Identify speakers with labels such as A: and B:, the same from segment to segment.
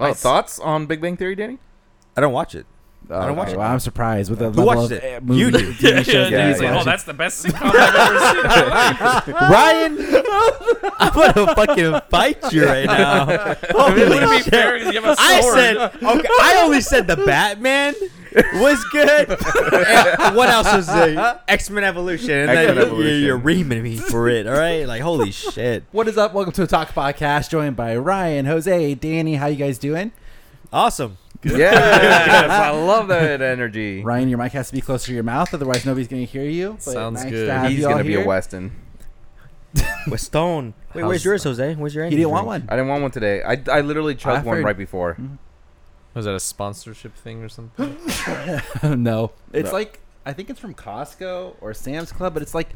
A: Oh,
B: I-
A: thoughts on Big Bang Theory, Danny?
C: I don't watch it. I don't watch
B: Okay,
C: it.
B: well, I'm surprised with the
C: Who
B: level
C: watches
B: of
C: it?
B: uh, movie
C: You do.
B: TV
D: Yeah,
B: shows
A: yeah,
B: that
D: he's
B: he's
D: like, oh,
B: watching.
D: that's the best sitcom I've ever seen. in my life."
C: Ryan, I'm gonna fucking fight you right now. Holy
D: It wouldn't be
C: shit.
D: fair 'cause you have a
C: I
D: sword.
C: said, oh. okay, I only said the Batman was good. And what else was the X Men Evolution? And
A: X-Men
C: then
A: Evolution.
C: You're, you're reaming me for it, all right? Like, holy shit.
B: What is up? Welcome to a Talk Podcast, joined by Ryan, Jose, Danny. How you guys doing?
C: Awesome.
A: Yes, I love that energy.
B: Ryan, your mic has to be closer to your mouth, otherwise nobody's going to hear you. But
D: Sounds
B: nice
D: good.
B: To have
A: He's
B: you all
A: gonna be a
B: here.
A: Weston.
C: With Stone. Wait, where's
B: How's-
C: yours, Jose? Where's your
B: He didn't want one.
A: I didn't want one today. I, I literally chugged
B: I've
A: one
B: heard-
A: right before.
B: Mm-hmm.
D: Was that a sponsorship thing or something?
B: no, it's
A: No.
B: like I think it's from Costco or Sam's Club, but it's like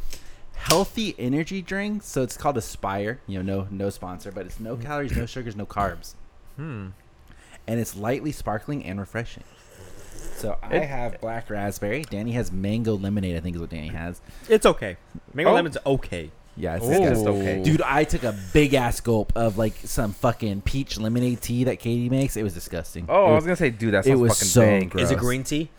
B: healthy energy drink. So it's called Aspire. You know, no no sponsor, but it's
A: Hmm.
B: no calories, no sugars, no carbs,
D: Hmm.
B: and it's lightly sparkling and refreshing. So I
A: It-
B: have black raspberry. Danny has mango lemonade. I think is what Danny has.
C: It's okay. Mango
A: Oh.
C: Lemon's okay.
B: Yeah, it's
A: It's
B: disgusting.
A: just okay.
B: Dude, I took a big ass gulp of like some fucking peach lemonade tea that Katie makes. It was disgusting.
A: Oh,
B: it
A: I
C: um,
B: was,
A: was gonna say, dude, that
B: it
A: sounds
B: was
A: fucking
B: so
A: dank.
B: gross.
C: Is it green tea?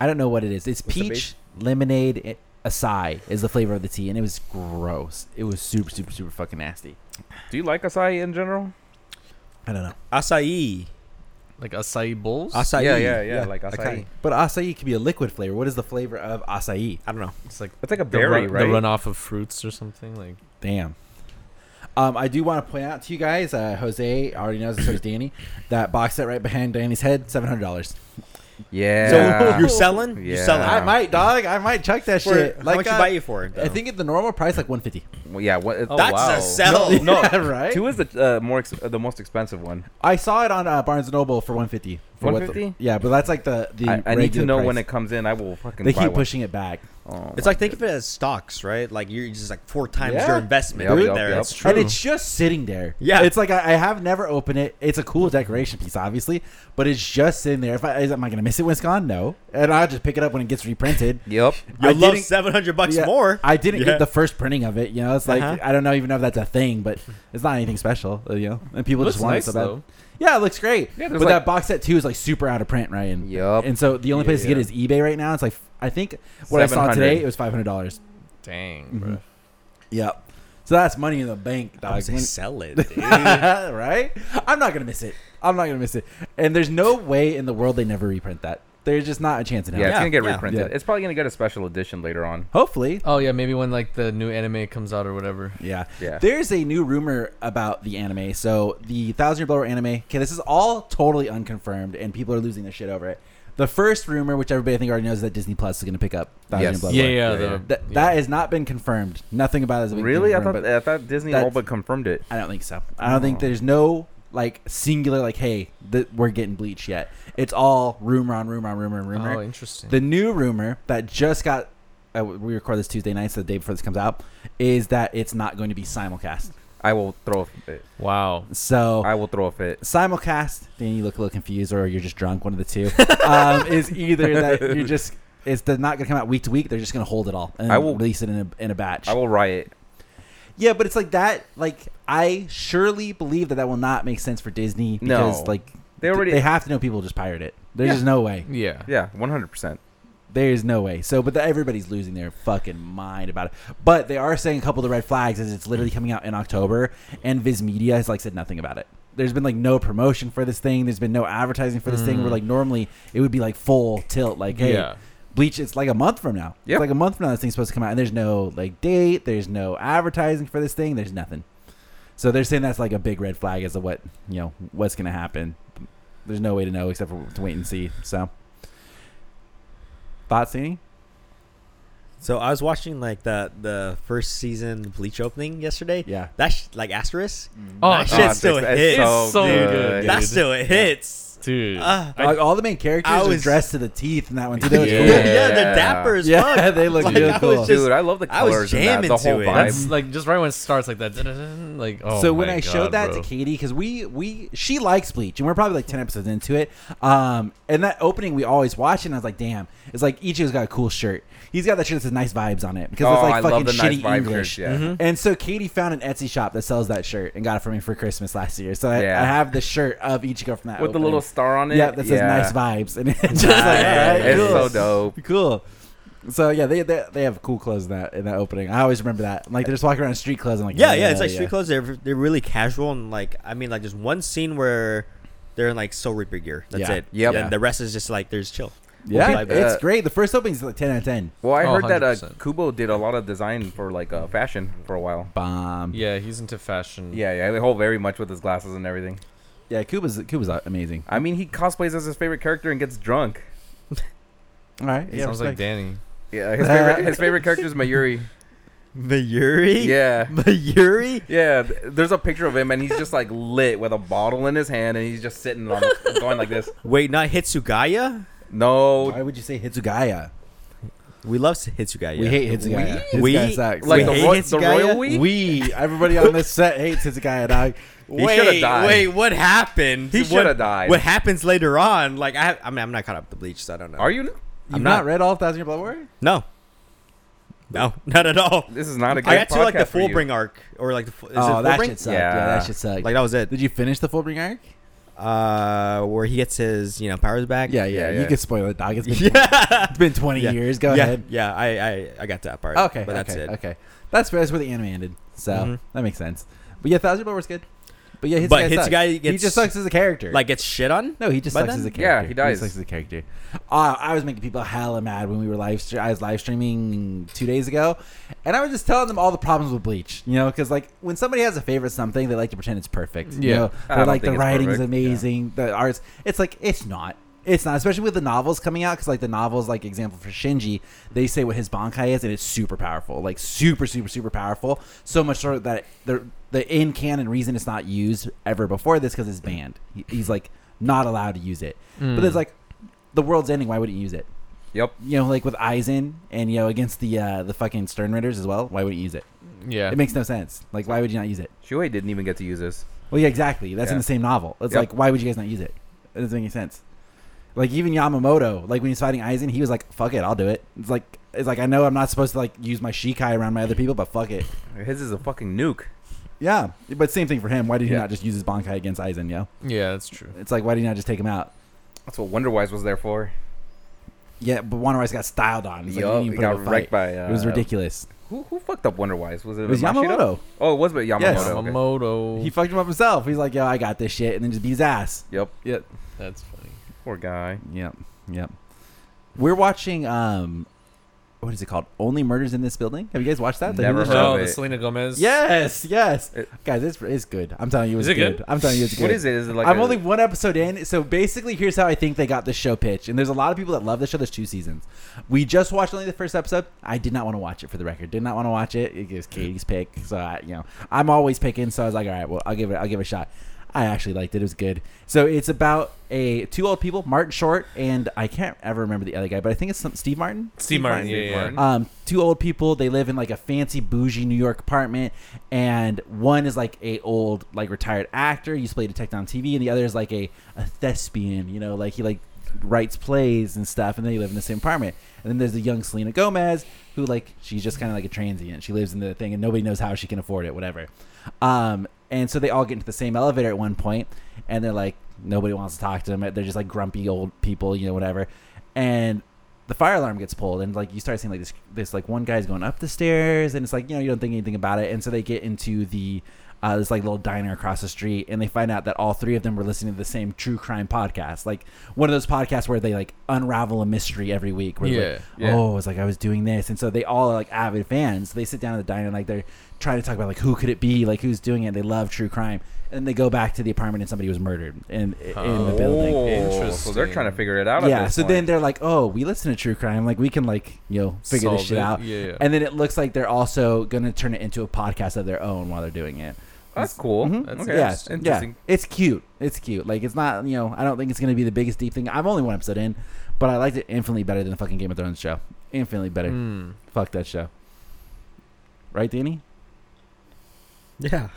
B: I don't know what it is. It's
C: What's the
B: peach
C: base?
B: lemonade it- acai is the flavor of the tea, and it was gross. It was super, super, super fucking nasty.
A: Do you like acai in general?
B: I don't know.
C: Acai.
D: Like acai bowls?
C: Acai.
A: Yeah, yeah, yeah, like acai.
C: okay.
B: But acai could be a liquid flavor. What is the flavor of acai?
C: I don't know.
D: It's like
A: It's like a
D: the,
A: berry,
D: run,
A: right?
D: the runoff of fruits or something. Like
B: Damn. Um, I do want to point out to you guys, uh, Jose already knows, so does Danny, that box set right behind Danny's head, seven hundred dollars.
A: yeah.
C: So you're selling? You're
A: Yeah.
C: selling.
B: I might, dog. I might chuck that
C: For-
B: shit.
C: how
B: Like,
C: much
B: uh,
C: you buy it for?
B: I think at the normal price, like one fifty.
A: Well, yeah. What, it-
D: Oh,
C: that's
D: wow.
C: a sell.
A: No,
B: Yeah, right?
A: Two is the uh, more ex- uh, the most expensive one.
B: I saw it on uh, Barnes and Noble for one fifty. For what the-
A: 150?
B: Yeah, but that's like the the.
A: I, I need to
B: regular
A: know when it
B: price.
A: comes in. I will fucking.
B: They
A: buy
B: keep
A: one.
B: pushing it back.
A: Oh,
C: It's like think of it as stocks, right? Like you're just like four times
B: Yeah.
C: your investment
A: Yep,
C: right
A: yep,
C: there.
A: yep.
C: It's
D: True.
B: And it's just sitting there.
C: Yeah.
B: it's like I, I have never opened it. It's a cool decoration piece, obviously, but it's just sitting there. If I is, am I gonna miss it when it's gone? No, and I'll just pick it up when it gets reprinted.
A: yep.
C: You'll
B: I
C: love
B: didn't-
C: seven hundred bucks
B: Yeah,
C: more.
B: I didn't
C: Yeah.
B: get the first printing of it. You know, it's like
C: Uh-huh.
B: I don't know even know if that's a thing, but it's not anything special. uh, You know, and people
D: looks
B: just want
D: nice
B: it so bad.
D: though.
B: Yeah, it looks great.
A: Yeah,
B: but
A: there's
B: that
A: like-
B: box set two is like super out of print, Ryan.
A: Yup.
B: And so the only place to
D: Yeah.
B: get is eBay right now. It's like I think what I saw
A: 700.
B: today it was five hundred dollars.
D: Dang,
B: Mhm.
D: bro.
B: Yep. So that's money in the bank,
C: I
B: dog.
C: would say
B: When-
C: sell it. dude.
B: right? I'm not gonna miss it. I'm not gonna miss it. And there's no way in the world they never reprint that. There's just not a chance in
A: Yeah,
B: hell.
A: it's gonna get
C: yeah.
A: reprinted.
B: Yeah.
A: It's probably gonna get a special edition later on.
B: Hopefully.
D: Oh yeah, maybe when like the new anime comes out or whatever.
B: Yeah.
A: Yeah.
B: There's a new rumor about the anime. So the Thousand Year Blower anime. Okay, this is all totally unconfirmed, and people are losing their shit over it. The first rumor, which everybody I think already knows, is that Disney Plus is going to pick up Thousand
A: Yes.
B: Year Blower.
D: Yeah, yeah,
A: yeah,
D: the,
A: yeah.
B: That, that has not been confirmed. Nothing about it has been
A: Really? I
B: confirmed,
A: thought
B: but-
A: I thought Disney
B: that's-
A: all but confirmed it.
B: I don't think so. I don't think
A: Oh.
B: there's no like singular like, hey, th- we're getting bleach yet. It's all rumor on rumor on rumor on rumor.
D: Oh, interesting.
B: the new rumor that just got uh, we record this Tuesday night, so the day before this comes out, is that it's not going to be simulcast.
A: I will throw a fit.
D: wow.
B: So
A: I will throw a fit.
B: simulcast, then you look a little confused, or you're just drunk. One of the two um, is either that you're just it's they're not going to come out week to week. They're just going to hold it all and
A: I will-
B: release it in a in a batch.
A: I will riot.
B: Yeah, but it's like that. Like I surely believe that that will not make sense for Disney because
A: No.
B: like
A: They already-
B: they have to know people just pirate it. There's
A: Yeah.
B: just no way.
D: Yeah.
A: Yeah, one hundred percent.
B: There's no way. So, but the, everybody's losing their fucking mind about it. But they are saying a couple of the red flags is it's literally coming out in October, and Viz Media has like said nothing about it. There's been like no promotion for this thing. There's been no advertising for this thing. Where like normally it would be like full tilt. Like hey,
D: Yeah.
B: Bleach, it's like a month from now.
A: Yep.
B: It's like a month from now this thing's supposed to come out, and there's no like date, there's no advertising for this thing, there's nothing. So they're saying that's like a big red flag as to what you know what's gonna happen. There's no way to know except for to wait and see. So thoughts, any?
C: So I was watching like the the first season Bleach opening yesterday.
B: Yeah.
C: That sh- like asterisk.
D: Oh,
C: That
D: it's
C: shit still
A: Ah, it's- it's
C: hits.
D: so
A: so
D: good.
A: good.
C: That
D: dude.
C: still hits.
D: dude.
C: Uh,
B: Like, all the main characters
C: I
B: are
C: was-
B: dressed to the teeth in that one too. They look
C: yeah.
A: Yeah.
B: cool.
C: they're dapper as
B: Yeah,
C: fuck.
B: they look
C: like,
B: real
C: I
B: cool.
C: was just,
A: Dude, I love the
C: I was
A: colors and that. The
C: jamming
A: whole
C: to it.
A: vibe.
D: That's like just right when it starts like that. Like oh.
B: so when
D: my
B: I
D: God,
B: showed that
D: bro.
B: to Katie, because we we she likes Bleach, and we're probably like ten episodes into it. Um, and that opening we always watch, and I was like, damn, it's like Ichigo's got a cool shirt. He's got that shirt that says "Nice Vibes" on it because it's
A: Oh,
B: like
A: I love
B: fucking
A: the Nice
B: shitty
A: Vibes
B: English.
A: shirts, yeah. Mhm.
B: And so Katie found an Etsy shop that sells that shirt and got it for me for Christmas last year. So I,
A: Yeah.
B: I have the shirt of Ichigo from that
A: with the
B: opening.
A: little star on it.
B: yeah that says "Nice Vibes" and it's just like all right,
A: It's so
B: cool.
A: dope.
B: Cool. So yeah, they, they they have cool clothes in that in that opening. I always remember that. Like they're just walking around in street clothes and like
C: Yeah, yeah, it's like street clothes. They're they're really casual and like I mean like there's one scene where they're in like Soul Reaper gear. That's
B: Yeah.
C: it.
A: Yep.
C: And the rest is just like there's chill.
B: Yeah,
C: Well, people-
B: it's
A: uh,
B: great. The first opening's like ten out of ten.
A: Well, I
D: Oh,
A: heard that uh,
D: 100%.
A: Kubo did a lot of design for like uh, fashion for a while.
B: Bomb.
D: Yeah, he's into fashion.
A: Yeah, yeah, they hold very much with his glasses and everything.
B: Yeah, Cuba's Cuba's uh, amazing.
A: I mean, he cosplays as his favorite character and gets drunk.
B: All right,
D: He
B: yeah,
D: sounds like
B: respect.
D: Danny.
A: Yeah, his favorite his favorite character is Mayuri.
C: Mayuri?
A: Yeah.
C: Mayuri?
A: Yeah, th- there's a picture of him and he's just like lit with a bottle in his hand and he's just sitting on going like this.
C: Wait, not Hitsugaya?
A: No,
B: Why would you say Hitsugaya?
C: We love Hitsugaya.
B: We hate Hitsugaya.
C: We-
B: Hitsugaya
C: we-
B: sucks.
A: like
C: We
A: the,
C: hate
A: Roy-
C: this
A: the
C: guy.
A: royal we.
B: we, everybody on this set hates Hitsugaya. Dog.
A: He should've
C: Wait,
A: died.
C: wait, what happened?
A: He
C: What-
A: should've died.
C: What happens later on? Like I, have, I mean, I'm not caught up to Bleach, so I don't know.
A: Are you?
B: You've
C: not-
B: not, read all Thousand Year Blood War?
C: No, no, not at all.
A: This is not a good
C: I got to like the
A: podcast for you.
C: Fullbring arc, or like the fu- is
B: oh,
C: it
B: that
C: Fullbring?
B: shit sucked.
A: Yeah.
B: Yeah. that shit sucked.
C: Like that was it.
B: did you finish the Fullbring arc?
C: Uh, where he gets his you know powers back.
B: Yeah, yeah.
A: Yeah,
B: You
A: yeah.
B: can spoil it, dog. It's been,
C: yeah.
B: it's been twenty
C: Yeah.
B: years. Go
C: yeah,
B: ahead.
C: Yeah, I, I I got that part.
B: Okay,
C: but that's
B: okay,
C: it.
B: okay. That's fair. That's where the anime ended, so
C: Mhm.
B: that makes sense. But yeah, Thousand Year Blood War's good. But yeah, Hitsugaya
C: But
B: sucks.
C: Hitsugaya
B: he
C: gets-
B: just sucks as a character.
C: Like gets shit on.
B: No, he just
C: By
B: sucks
C: then?
B: as a
A: Yeah,
B: character.
A: he dies.
B: sucks as a character. Uh, I was making people hella mad when we were live. stre- I was live streaming two days ago, and I was just telling them all the problems with Bleach. You know, because like when somebody has a favorite something, they like to pretend it's perfect. You
D: Yeah.
B: know,
A: I
B: they're
A: don't
B: like the
A: think it's
B: writing's
A: perfect, yeah.
B: amazing, the arts. It's like it's not. It's not, especially with the novels coming out, because like the novels, like example for Shinji, they say what his bankai is, and it's super powerful, like super, super, super powerful. So much so that the the in canon reason it's not used ever before this because it's banned. He- he's like not allowed to use it.
A: Hmm.
B: But it's like the world's ending. Why would he use it?
A: Yep.
B: You know, like with Aizen and you know against the uh, the fucking Stern Raiders as well. Why would he use it?
D: Mm. Yeah.
B: It makes no sense. Like, why would you not use it?
A: Shuei didn't even get to use this.
B: Well, yeah, exactly. That's in
A: Yeah.
B: the same novel. It's
A: Yep.
B: like, why would you guys not use it? It doesn't make any sense. Like even Yamamoto, like when he's fighting Aizen, he was like, "Fuck it, I'll do it." It's like, it's like I know I'm not supposed to like use my Shikai around my other people, but fuck it.
A: His is a fucking nuke.
B: Yeah, but same thing for him. Why did he
A: Yeah.
B: not just use his Bankai against Aizen? Yo,
D: yeah, that's true.
B: it's like why did he not just take him out?
A: That's what Wonderwise was there for.
B: Yeah, but Wano Rice got styled on. It's like, you
A: Yup,
B: didn't
A: he
B: even put up
A: got
B: a fight.
A: wrecked by. Uh,
B: it was ridiculous.
A: Who, who fucked up Wonderwise? Was it,
B: It was
A: Mashiro?
B: Yamamoto.
A: Oh, it was but Yamamoto.
B: Yes.
A: okay.
D: Yamamoto.
B: He fucked him up himself. He's like, yo, I got this shit, and then just beat his ass.
A: Yep.
B: Yep.
D: that's funny.
A: Poor guy.
B: Yep. Yep. We're watching um what is it called? Only Murders in This Building? Have you guys watched that? The
A: Never
B: Hulu
A: heard
B: show?
A: of
D: Oh, the
A: it.
D: Selena Gomez.
B: Yes, yes.
A: It-
B: Guys, it's, it's good. I'm telling you it's
D: Is it good?
B: I'm telling you it's good.
A: What is it? Is it like
B: I'm
A: a-
B: only one episode in, so basically, here's how I think they got this show pitch. And there's a lot of people that love this show. There's two seasons. We just watched only the first episode. I did not want to watch it for the record. Did not want to watch it. It was Katie's pick, so I, you know I'm always picking. So I was like, all right, well, I'll give it. I'll give it a shot. I actually liked it. It was good. So it's about a two old people, Martin Short, and I can't ever remember the other guy, but I think it's some, Steve Martin.
D: Steve Martin. Yeah,
A: Steve
D: yeah.
A: Martin.
B: Um, two old people. They live in like a fancy, bougie New York apartment, and one is like a old, like retired actor. He used to play detective on TV, and the other is like a a thespian. You know, like he like writes plays and stuff, and they live in the same apartment. And then there's the young Selena Gomez, who like she's just kind of like a transient. She lives in the thing, and nobody knows how she can afford it, whatever. Um, and so they all get into the same elevator at one point, and they're like nobody wants to talk to them. They're just like grumpy old people, you know, whatever. And the fire alarm gets pulled and like you start seeing like this this like one guy's going up the stairs and it's like you know you don't think anything about it and so they get into the uh, this like little diner across the street and they find out that all three of them were listening to the same true crime podcast like one of those podcasts where they like unravel a mystery every week where yeah,
D: Yeah, yeah.
B: oh it's like i was doing this and so they all are like avid fans so they sit down at the diner and like they're trying to talk about like who could it be like who's doing it they love true crime and they go back to the apartment and somebody was murdered in, in the
D: Oh.
B: building
A: Oh, So they're trying to figure it out. at
B: yeah.
A: this
B: So
A: point.
B: then they're like, oh, we listen to true crime. Like we can like you know figure
D: Solve
B: this shit
D: it.
B: out.
D: Yeah, yeah.
B: And then it looks like they're also gonna turn it into a podcast of their own while they're doing it.
A: that's cool.
B: Mhm.
D: That's
A: okay.
B: yeah,
A: interesting.
B: yeah, it's cute. It's cute. Like it's not, you know, I don't think it's gonna be the biggest deep thing. I'm only one episode in, but I liked it infinitely better than the fucking Game of Thrones show. Infinitely better.
D: Mm.
B: Fuck that show. Right, Danny?
C: Yeah.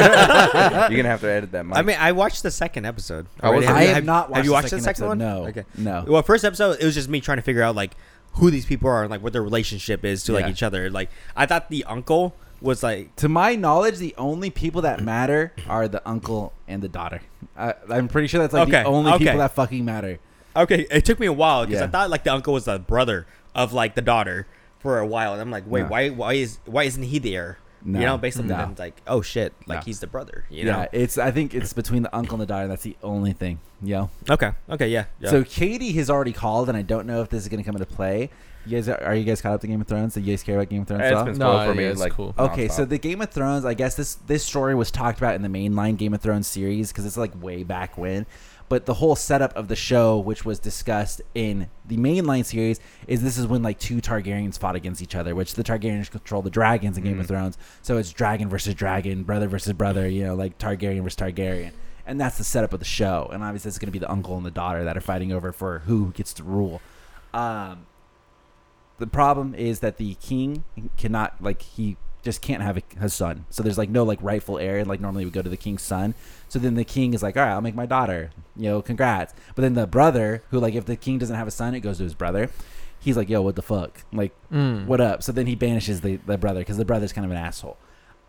A: You're gonna have to edit that. Mike.
C: I mean, I watched the second episode.
D: I
C: already.
D: wasn't-
B: I
C: you-
B: have, not watched.
C: Have you
B: the
C: watched
B: second
C: the second one?
B: episode. No.
C: Okay.
B: No.
C: Well, first episode, it was just me trying to figure out like who these people are and like what their relationship is to like
B: Yeah.
C: each other. Like I thought the uncle was like
B: To my knowledge, the only people that matter are the uncle and the daughter. I, I'm pretty sure that's like
C: Okay,
B: the only
C: okay.
B: people that fucking matter.
C: okay. It took me a while because I
B: Yeah.
C: thought like the uncle was the brother of like the daughter for a while, and I'm like, wait,
B: No.
C: why why is why isn't he there?
B: No.
C: You know, based on
B: No.
C: that, I'm like, oh shit, like
B: No.
C: he's the brother. You
B: yeah, it's. I think it's between the uncle and the daughter. That's the only thing. Yeah.
C: know? Okay. Okay. Yeah. yeah.
B: So Katie has already called, and I don't know if this is going to come into play. You guys, are, are you guys caught up to Game of Thrones? Do you guys care about Game of Thrones? at
A: it's
B: all?
A: been spoiled
D: No,
A: for me.
D: yeah, it's
A: like,
D: cool.
B: Okay, so
A: nonstop.
B: the Game of Thrones, I guess this this story was talked about in the mainline Game of Thrones series because it's like way back when. But the whole setup of the show, which was discussed in the mainline series, is this is when like two Targaryens fought against each other, which the Targaryens control the dragons in Game of Thrones. So it's dragon versus dragon, brother versus brother, you know, like Targaryen versus Targaryen. And that's the setup of the show. And obviously, it's going to be the uncle and the daughter that are fighting over for who gets to rule. Um, the problem is that the king cannot like he just can't have a, a son. So there's like no like rightful heir. and, Like normally it would go to the king's son. So then the king is like, all right, I'll make my daughter. You know, congrats. But then the brother, who like if the king doesn't have a son, it goes to his brother. He's like, yo, what the fuck? Like,
D: Mm.
B: what up? So then he banishes the, the brother because the brother's kind of an asshole.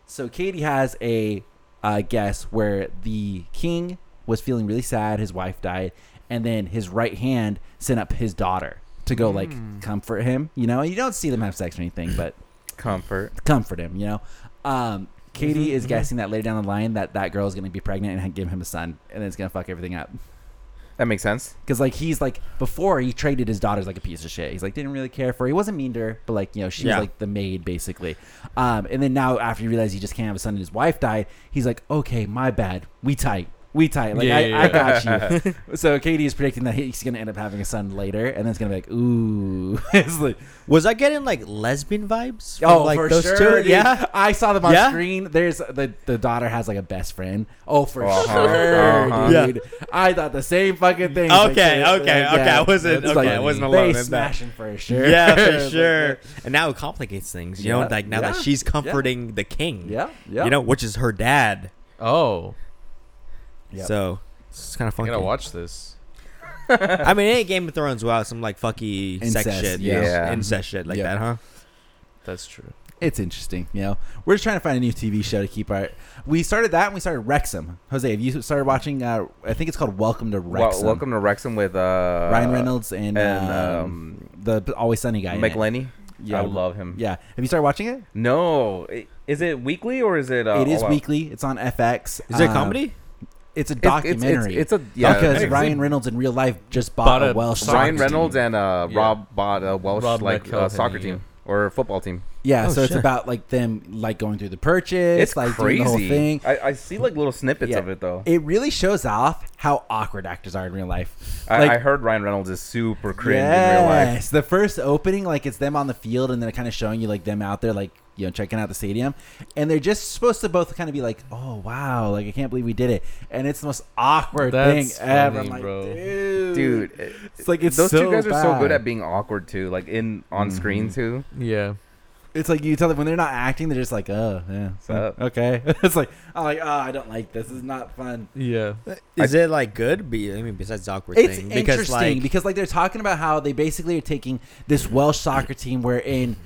B: So Katie has a uh, guess where the king was feeling really sad, his wife died, and then his right hand sent up his daughter to go like comfort him. You know, you don't see them have sex or anything, but
A: comfort.
B: comfort him. You know, um, Katie is guessing that later down the line that that girl is going to be pregnant and give him a son, and it's going to fuck everything up.
A: That makes sense.
B: Because like he's like before he traded his daughters like a piece of shit. He's like didn't really care for. her. He wasn't mean to her, but like you know she
C: Yeah.
B: was like the maid basically. Um, and then now after he realized he just can't have a son and his wife died, he's like okay my bad we tight we tight like
D: Yeah,
B: I,
D: yeah,
B: I got you. so Katie is predicting that he's gonna end up having a son later, and then it's gonna be like ooh it's like
C: was I getting like lesbian vibes? from,
B: oh
C: like
B: for
C: those
B: sure
C: two?
B: dude.
C: Yeah.
B: I saw them on
C: Yeah?
B: screen. There's the the daughter has like a best friend. Oh for
A: Uh-huh,
B: sure
A: uh-huh.
B: dude. I thought the same fucking thing. Like,
C: Okay.
B: yeah,
C: Okay.
B: yeah.
C: Okay. I wasn't.
B: It's
C: Okay.
B: like,
C: I wasn't
B: they
C: alone in that.
B: smashing for sure.
C: Yeah, for
B: Like,
C: sure. And now it complicates things. You
B: Yeah,
C: know, like now that
B: yeah,
C: she's
B: yeah.
C: comforting the king.
B: Yeah, yeah.
C: You know, which is her dad.
D: Oh,
B: Yep.
C: So it's kind of
D: I
C: funky.
D: gotta watch this.
C: I mean, it ain't Game of Thrones without some like fucky sex
B: Incest,
C: shit,
A: yeah.
C: yeah,
A: Yeah.
C: incest shit like
B: Yeah.
C: that, huh?
D: That's true.
B: it's interesting. You know, we're just trying to find a new TV show to keep our. We started that and we started Wrexham. Jose, have you started watching? Uh, I think it's called Welcome to
A: Well,
B: Wrexham.
A: welcome to Wrexham with uh,
B: Ryan Reynolds and,
A: and,
B: um, the Always Sunny guy. in it.
A: McLenny.
B: Yeah.
A: I love him.
B: Yeah, have you started watching it?
A: No, i- is it weekly or is it? Uh,
B: it is
A: all out?
B: weekly. It's on FX.
C: Is it a
B: Um,
C: comedy?
A: It's-
B: It's a
A: it's-
B: documentary.
A: It's, it's a yeah.
B: because
A: it's-
B: Ryan Reynolds in real life just bought,
D: Bought
B: a,
D: a-
B: Welsh.
D: Ryan
B: soccer
A: Ryan
B: team.
A: Rob Reynolds and uh,
D: Yeah.
A: Rob bought a Welsh
D: Rob
A: like uh,
D: McElhenney,
A: soccer
D: yeah.
A: team or football team.
B: Yeah,
C: Oh,
B: so it's
C: shit.
B: about like them like going through the purchase,
A: It's
B: like
A: crazy.
B: doing the whole thing.
A: I, I see like little snippets of it though.
B: It really shows off how awkward actors are in real life.
A: I,
B: Like,
A: I heard Ryan Reynolds is super cringe
B: yes,
A: in real life.
B: the first opening, like it's them on the field, and then kind of showing you like them out there, like you know, checking out the stadium, and they're just supposed to both kind of be like, "Oh wow, like I can't believe we did it," and it's the most awkward
D: That's
B: thing ever. I'm
D: funny,
B: like,
D: bro.
B: dude,
A: Dude, it-
B: it's like it's
A: those
B: so
A: two guys are so good
B: bad. Mm-hmm.
A: at being awkward too, like in on screen too.
D: Yeah.
B: It's like you tell them when they're not acting, they're just like, "Oh yeah, so,
A: up?
B: okay." it's like I'm like, "Oh, I don't like this. This is not fun."
D: Yeah.
C: Is it like good? Be I mean, besides the awkward
B: It's
C: thing,
B: interesting
C: like
B: because like they're talking about how they basically are taking this Welsh soccer team where in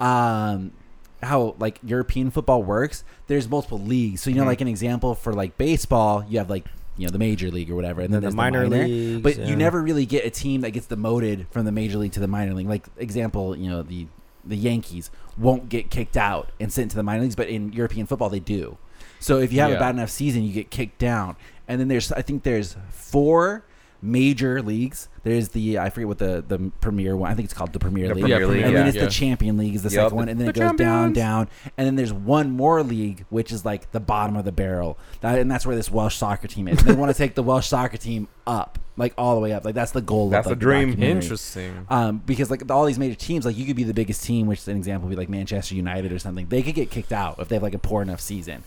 B: um how like European football works, there's multiple leagues. So you know like an example for like baseball, you have like you know the major league or whatever and then,
C: Then the
B: there's
C: minor
B: minor
C: leagues,
B: but
C: yeah.
B: you never really get a team that gets demoted from the major league to the minor league. Like example, you know the the Yankees won't get kicked out and sent to the minor leagues, but in European football they do. So if you have a
D: Yeah.
B: bad enough season, you get kicked down. And then there's I think there's four major leagues. There's the I forget what the the premier one. I think it's called the Premier
A: The
B: League.
A: Premier
D: Yeah, League,
B: and then
D: yeah.
B: it's
D: yeah.
B: the Champion League is the
A: Yup,
B: second one, and then
A: the
B: it goes down,
A: Champions.
B: down, and then there's one more league which is like the bottom of the barrel, That- and that's where this Welsh soccer team is. they want to take the Welsh soccer team up, like all the way up. Like that's the goal.
A: That's the
B: of, like,
A: dream.
B: documentary.
D: Interesting.
B: Um, because like all these major teams, like you could be the biggest team, which an example would be like Manchester United or something. They could get kicked out if they have like a poor enough season.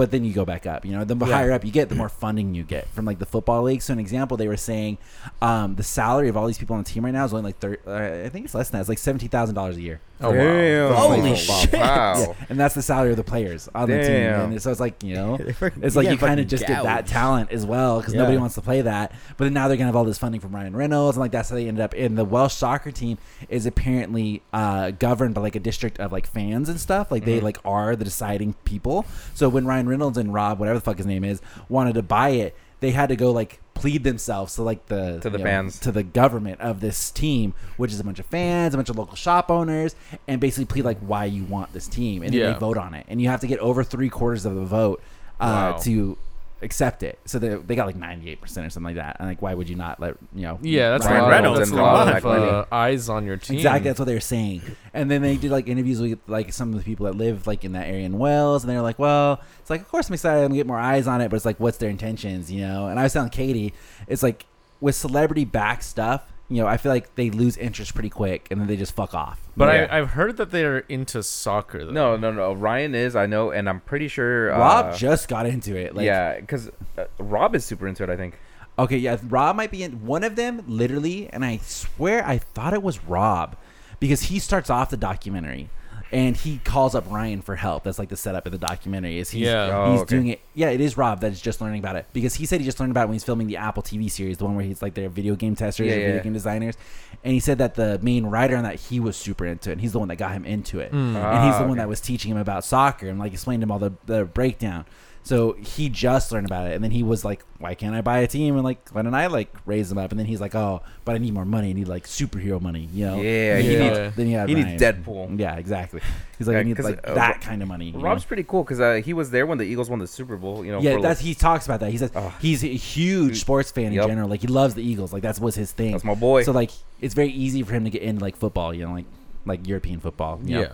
B: but then you go back up. You know, the
C: Yeah.
B: higher up you get, the more funding you get from like the football league. So an example they were saying, um, the salary of all these people on the team right now is only like thirty. Uh, I think it's less than that. It's like seventeen thousand dollars a year.
D: Oh, wow.
A: Damn.
C: Holy
A: Wow.
C: shit.
A: Wow.
B: Yeah, and that's the salary of the players on the team.
A: Damn.
B: And so it's like you know,
C: They fucking-
B: it's like
C: yeah,
B: you kind
C: fucking
B: of just get that
C: gouged.
B: talent as well because nobody
C: Yeah.
B: wants to play that. But then now they're gonna have all this funding from Ryan Reynolds and like that's how they ended up. And the Welsh soccer team is apparently uh, governed by like a district of like fans and stuff. Like they like are the deciding people. So when Ryan Reynolds and Rob, whatever the fuck his name is, wanted to buy it, they had to go like plead themselves to like the
A: To the
B: you
A: fans.
B: to the government of this team, which is a bunch of fans, a bunch of local shop owners, and basically plead like why you want this team, and then
D: Yeah.
B: they vote on it, and you have to get over three quarters of the vote uh,
A: Wow.
B: to accept it. So they, they got like ninety eight percent or something like that. And like, why would you not let you know?
D: Yeah, that's
A: Ryan
D: a lot,
A: Reynolds
D: that's a
A: and
D: lot
A: Rob
D: of
A: McElhenney.
D: uh, eyes on your team.
B: Exactly, that's what they were saying. And then they did like interviews with like some of the people that live like in that area in Wales, and they were like, "Well, it's like of course I'm excited I'm gonna get more eyes on it, but it's like what's their intentions, you know?" And I was telling Katie, it's like with celebrity back stuff, you know, I feel like they lose interest pretty quick, and then they just fuck off.
D: But
A: Yeah.
D: I, I've heard that they're into soccer, though.
A: No, no, no. Ryan is, I know, and I'm pretty sure. Uh,
B: Rob just got into it. Like,
A: yeah, because uh, Rob is super into it, I think.
B: Okay, yeah, Rob might be in one of them, literally, and I swear I thought it was Rob because he starts off the documentary and he calls up Ryan for help. That's like the setup of the documentary. Is he's,
D: Yeah.
A: Oh,
B: he's
A: okay.
B: doing it? Yeah, it is Rob that's just learning about it because he said he just learned about it when he's filming the Apple TV series, the one where he's like their video game testers,
A: Yeah,
B: and
A: yeah,
B: video
A: yeah.
B: game designers, and he said that the main writer on that he was super into it. And he's the one that got him into it, and he's
A: Ah,
B: the one
A: okay.
B: that was teaching him about soccer and like explained to him all the, the breakdown. So he just learned about it, and then he was like, "Why can't I buy a team?" And like, why don't I like raise them up? And then he's like, "Oh, but I need more money. I need like superhero money, you know?"
A: Yeah, he
D: Yeah.
A: needs.
B: Then you had
A: He
B: Ryan.
A: needs Deadpool.
B: Yeah, exactly. He's like,
A: Yeah,
B: I need
A: 'cause,
B: like
A: uh,
B: that
A: Ro-
B: kind of money. you
A: Rob's
B: know?
A: pretty cool because uh, he was there when the Eagles won the Super Bowl. You know,
B: yeah,
A: for-
B: that's he talks about that. He says
A: Ugh.
B: he's a huge sports fan in
A: Yep.
B: general. Like he loves the Eagles. Like that was his thing.
A: that's my boy.
B: So like it's very easy for him to get into like football, you know, like like European football. you know?
D: Yeah.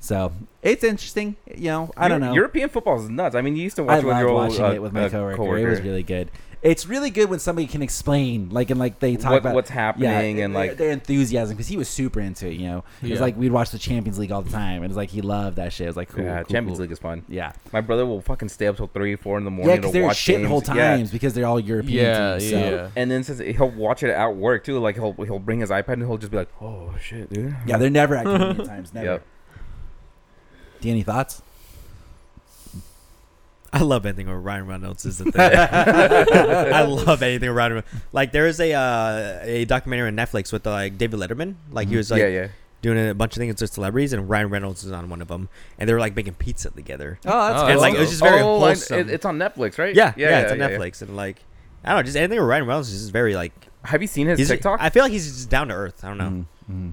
B: So it's interesting. You know, I don't
A: Eu-
B: know.
A: European football is nuts. I mean, you used to
B: I
A: watch it with
B: loved
A: your old
B: watching
A: uh,
B: it with my
A: uh,
B: coworker. It was really good. It's really good when somebody can explain, like, and like they talk
A: What-
B: about
A: what's happening
B: yeah,
A: and,
B: their-
A: like-
B: their enthusiasm because he was super into it. You know,
D: Yeah.
B: it's like we'd watch the Champions League all the time, and it's like he loved that shit. It was like cool,
A: yeah,
B: cool,
A: Champions
B: cool.
A: League is fun.
B: Yeah,
A: My brother will fucking stay up till three, four in the
B: yeah,
A: morning
B: because
A: to
B: they're
A: watch
B: shithole
A: games. Yeah.
B: times because they're all European
D: Yeah,
B: teams.
D: yeah,
B: So.
D: yeah.
A: And then since he'll watch it at work too, like he'll he'll bring his iPad and he'll just be like, "Oh shit, dude."
B: Yeah, they're never at convenient times. Never.
A: Yep.
B: Do you any thoughts?
C: I love anything where Ryan Reynolds is the thing. I love anything where Ryan Reynolds. Like there is a uh, a documentary on Netflix with uh, like David Letterman. Like he was like
A: yeah, yeah.
C: doing a bunch of things with celebrities, and Ryan Reynolds is on one of them, and they were like making pizza together.
B: Oh,
D: that's Oh,
C: and like it
D: cool.
C: was just very
A: oh, I-
C: wholesome.
A: it- it's on Netflix, right?
C: yeah, yeah, it's on Netflix, and like I don't know, just anything where Ryan Reynolds is just very like
A: Have you seen his
C: he's,
A: TikTok? Uh,
C: I feel like he's just down to earth. I don't know.
B: Mm,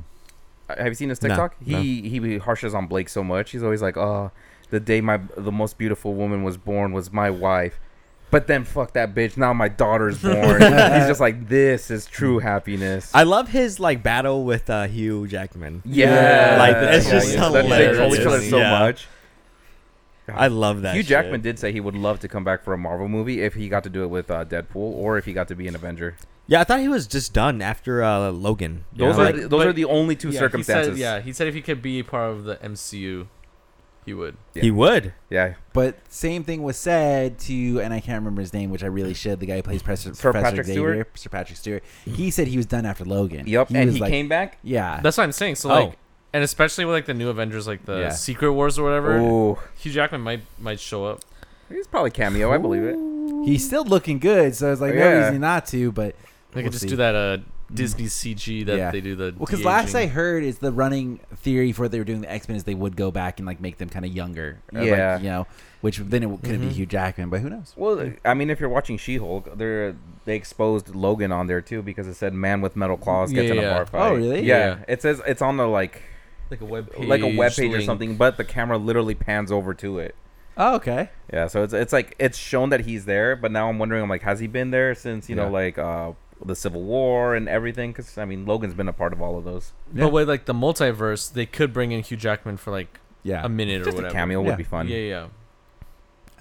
A: Have you seen his
C: No,
A: TikTok?
C: no.
A: He he harshes on Blake so much. He's always like, "Oh, the day my the most beautiful woman was born was my wife." But then fuck that bitch. Now my daughter's born. He's just like, this is true happiness.
C: I love his like battle with uh, Hugh Jackman.
A: yeah,
C: like, it's just
A: yeah, They
D: hilarious.
A: troll each other so
C: Yeah.
A: much.
C: I love that.
A: Hugh Jackman
C: shit.
A: did say he would love to come back for a Marvel movie if he got to do it with uh, Deadpool or if he got to be an Avenger.
C: Yeah, I thought he was just done after uh, Logan. you
A: Those
C: know?
A: are
C: Like,
A: the, those
D: but-
A: are the only two
D: Yeah,
A: circumstances.
D: He said, yeah, he said if he could be part of the MCU, he would.
A: yeah.
C: he would.
A: yeah,
B: But same thing was said to, and I can't remember his name, which I really should. The guy who plays Pres-
A: Sir
B: Professor
A: Patrick
B: Xavier,
A: Stewart?
B: Sir Patrick Stewart. He said he was done after Logan.
A: Yep, and
B: was
A: he
B: like-
A: came back.
B: Yeah,
D: That's what I'm saying. So
C: Oh.
D: like, and especially with like the new Avengers, like the
B: Yeah.
D: Secret Wars or whatever,
A: Oh,
D: Hugh Jackman might might show up.
A: he's probably cameo. I believe it.
B: he's still looking good, so it's like no
A: Yeah.
B: reason not to. But
D: They
B: We'll
D: could just
B: see.
D: do that uh Disney CG that
B: Yeah.
D: they do the
B: well, because last I
D: de-aging.
B: heard is the running theory for what they were doing the X Men is they would go back and like make them kind of younger. or, like,
A: Yeah.
B: you know, which then it w- couldn't be Hugh Jackman, but who knows?
A: Well, I mean, if you're watching She-Hulk, they they exposed Logan on there too because it said "man with metal claws gets in a
D: Yeah.
A: bar fight."
B: Oh, really?
A: Yeah.
D: Yeah.
A: It says it's on the like
D: like a web
A: like a web page or something, but the camera literally pans over to it.
B: Oh, okay.
A: Yeah, so it's it's like it's shown that he's there, but now I'm wondering, I'm like, has he been there since you
D: Yeah.
A: know like uh the Civil War and everything? Because I mean, Logan's been a part of all of those.
B: Yeah.
D: But with like the multiverse, they could bring in Hugh Jackman for like
B: Yeah,
D: a minute or
A: Just a
D: whatever.
A: cameo
B: Yeah.
A: would be fun.
D: Yeah, yeah,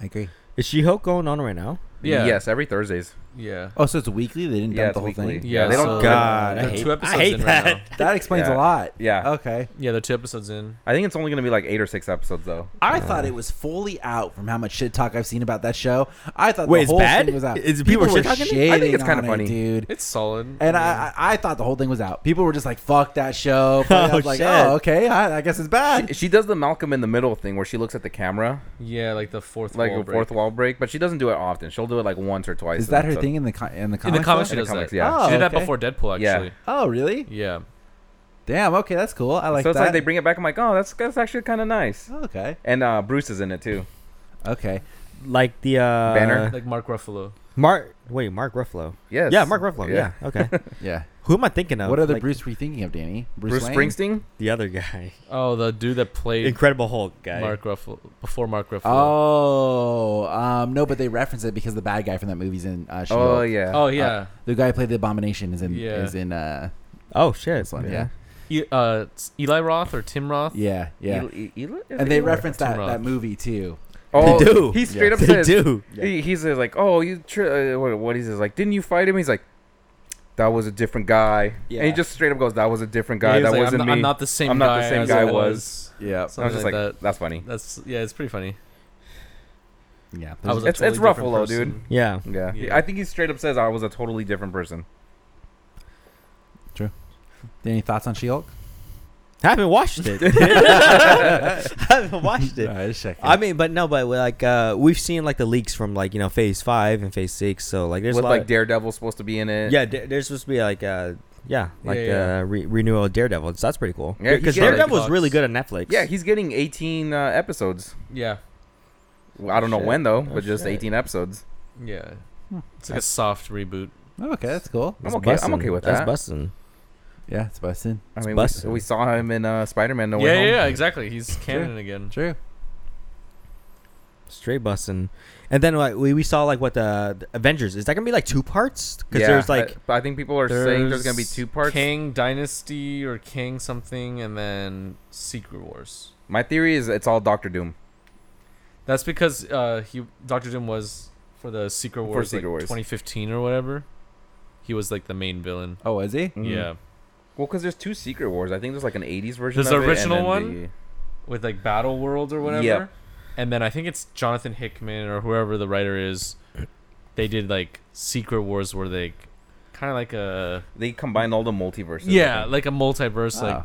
B: I agree.
C: Is She Hulk going on right now?
D: yeah.
A: Yes, every Thursdays.
D: Yeah.
B: Oh, so it's weekly. They didn't
A: Yeah,
B: dump the
A: it's
B: whole
A: weekly.
B: thing.
A: Yeah, they don't-
D: so
C: God,
D: they're
C: I hate-
D: two
C: I
D: episodes
C: hate
D: in
C: that.
D: right now.
B: That explains
A: Yeah.
B: a lot.
A: Yeah.
B: Okay.
D: Yeah, they're two episodes in.
A: I think it's only gonna be like eight or six episodes though.
B: I thought it was fully out from how much shit talk I've seen about that show. I thought
C: Wait,
B: the
C: it's
B: whole
C: bad?
B: thing was out.
C: Is- people are
B: were
C: shit-talking
A: it? I think it's
B: shitting
A: kinda
B: on it,
A: funny.
B: dude.
D: It's solid.
B: And I, I I thought the whole thing was out. People were just like, "Fuck that show." Fuck that. I was
C: Oh,
B: like,
C: shit.
B: "Oh, okay. I, I guess it's bad."
A: She, she does the Malcolm in the Middle thing where she looks at the camera
D: yeah, like the fourth
A: like
D: wall
A: a fourth
D: break.
A: wall break, but she doesn't do it often. She'll do it like once or twice.
B: Is
A: an
B: that her
A: episode.
B: thing in the co- in the comics?
D: in the comics she
A: In the
D: does
A: comics,
D: that.
A: yeah.
B: Oh,
D: she did that
B: okay.
D: before Deadpool
A: Yeah.
D: actually.
B: Oh, really?
D: Yeah.
B: Damn. Okay, that's cool. I like
A: so it's
B: that.
A: like they bring it back. I'm like, oh, that's that's actually kind of nice.
B: okay.
A: And uh, Bruce is in it too.
B: Okay.
C: Like the uh,
A: Banner?
D: Like Mark Ruffalo.
C: Mark. Wait, Mark Ruffalo.
A: Yes.
C: Yeah, Mark Ruffalo. Yeah. Okay.
B: Yeah.
C: Who am I thinking of?
B: what other
C: Like,
B: Bruce were you thinking of, Danny?
A: Bruce,
B: Wayne?
A: Springsteen.
C: The other guy.
D: Oh, the dude that played
C: Incredible Hulk guy.
D: Mark Ruffalo before Mark Ruffalo.
B: Oh, um, no, but they reference it because the bad guy from that movie's in. Uh,
A: Oh
B: She-Hulk.
A: yeah.
D: Oh yeah.
B: The guy who played the Abomination is in.
D: Yeah.
B: Is in uh,
C: Oh shit.
B: this one.
A: Yeah.
B: Yeah.
D: E- uh, it's Eli Roth or Tim Roth.
B: Yeah. Yeah.
A: Eli- E- Eli-
B: And they
A: Eli-
B: reference that,
D: Tim
B: that
D: Roth.
B: movie too.
A: Oh,
C: They do.
A: He straight up
C: They
A: says.
C: do.
A: He, he's uh, like, oh, you. Tri- uh, what, what is this? Like, didn't you fight him? He's like, that was a different guy. And he
B: Yeah.
A: just straight up goes, that was a different
D: Yeah,
A: guy.
D: he
A: that
D: was like,
A: wasn't
D: I'm,
A: me.
D: I'm not the same.
A: I'm not the same
D: as
A: guy
D: I
A: was. I
B: Yeah.
A: was just like,
D: something like
A: that's funny.
D: That's yeah. It's pretty funny.
B: Yeah.
D: I was
A: It's-
D: a
A: it's
D: totally different
A: Ruffalo,
D: person.
A: dude.
C: Yeah.
A: Yeah.
D: Yeah.
A: I think he straight up says I was a totally different person.
B: Any thoughts on She-Hulk?
C: I haven't watched it. I haven't watched it.
B: All right, just checking.
C: I mean, but no, but we're like uh, we've seen like the leaks from like you know phase five and phase six, so like there's
A: With
C: a lot.
A: like
C: of,
A: Daredevil supposed to be in it.
C: yeah, there- there's supposed to be like uh, yeah, like
D: Yeah, yeah.
C: Uh, re- renewal of Daredevil. So that's pretty cool.
A: Yeah,
C: because
A: he gets-
C: Daredevil was
D: Fox.
C: really good on Netflix.
A: Yeah, he's getting 18 uh, episodes.
D: Yeah.
A: Well, I don't know
C: Shit.
A: when though,
C: Oh,
A: but just
C: shit.
A: 18 episodes.
D: Yeah.
B: Hmm.
D: It's like a soft reboot.
B: Oh, okay, that's cool.
A: I'm
C: That's
A: okay- I'm
C: bussin'.
A: okay with
C: That's
A: that.
C: busting.
B: Yeah, it's busted.
A: I mean,
C: busted.
A: we, we saw him in uh, Spider-Man No Way
D: yeah,
A: Home.
D: yeah, yeah, exactly. He's canon again.
B: True.
C: Straight busting. And then like we, we saw like what the, the Avengers is that gonna be like two parts? Because
A: Yeah,
C: there's like
A: I, I think people are saying there's gonna be two parts.
D: Kang Dynasty or Kang something, and then Secret Wars.
A: My theory is it's all Doctor Doom.
D: That's because uh, he Doctor Doom was for the Secret Wars, like,
A: Secret Wars.
D: 2015 or whatever. He was like the main villain.
B: Oh, is he?
A: Mhm.
D: Yeah,
A: Well, because there's two Secret Wars. I think there's like an 80s version.
D: There's the
A: of it, and
D: original
A: then
D: one?
A: the-
D: with like Battle World or whatever.
A: Yep.
D: And then I think it's Jonathan Hickman or whoever the writer is. They did like Secret Wars where they kind of like a
A: they combined all the multiverses. I
D: yeah,
A: think.
D: like a multiverse like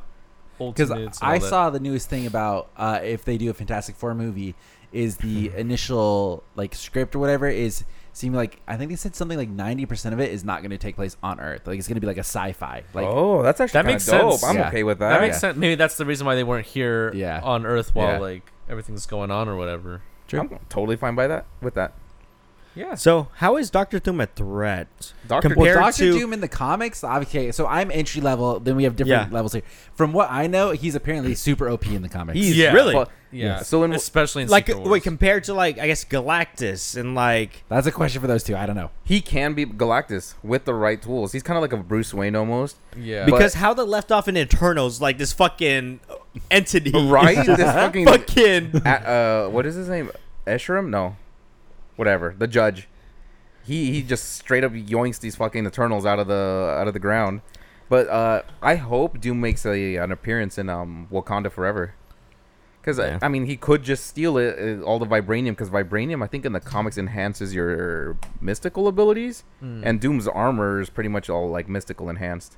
B: because
D: ultimates. and
B: Ah. I
D: all that.
B: saw the newest thing about uh, if they do a Fantastic Four movie, is the initial like script or whatever is seem like I think they said something like ninety percent of it is not going to take place on Earth. Like it's going to be like a sci-fi. Like
A: oh, that's actually
D: That
A: kinda
D: makes
A: dope.
D: sense.
A: I'm
B: Yeah.
A: okay with that.
D: That makes
B: yeah.
D: sense. Maybe that's the reason why they weren't here
B: Yeah.
D: on Earth while
A: Yeah.
D: like everything's going on or whatever.
B: true.
A: I'm totally fine by that. With that,
D: Yeah.
C: so how is Doctor Doom a threat?
A: Doctor
C: Compar-
B: well,
C: compared
B: Doctor
C: to-
B: Doom in the comics, okay. So I'm entry level. Then we have different
C: Yeah.
B: levels here. From what I know, he's apparently super OP in the comics.
C: He's
D: Yeah.
C: really
A: Well,
D: Yeah.
A: So
D: So
A: in-
D: especially in
C: like
D: Secret Wars.
C: wait compared to like I guess Galactus and like
B: That's a question for those two. I don't know.
A: he can be Galactus with the right tools. He's kind of like a Bruce Wayne almost.
D: yeah.
A: But-
C: because how they left off in Eternals like this fucking entity
A: Right? this fucking
C: fucking
A: a- uh, what is his name? Eshram? No, whatever. The judge. He he just straight up yoinks these fucking Eternals out of the out of the ground. But uh, I hope Doom makes a an appearance in um, Wakanda Forever. Because
C: Yeah.
A: I mean, he could just steal it, uh, all the vibranium. Because vibranium, I think in the comics, enhances your mystical abilities, and Doom's armor is pretty much all like mystical enhanced.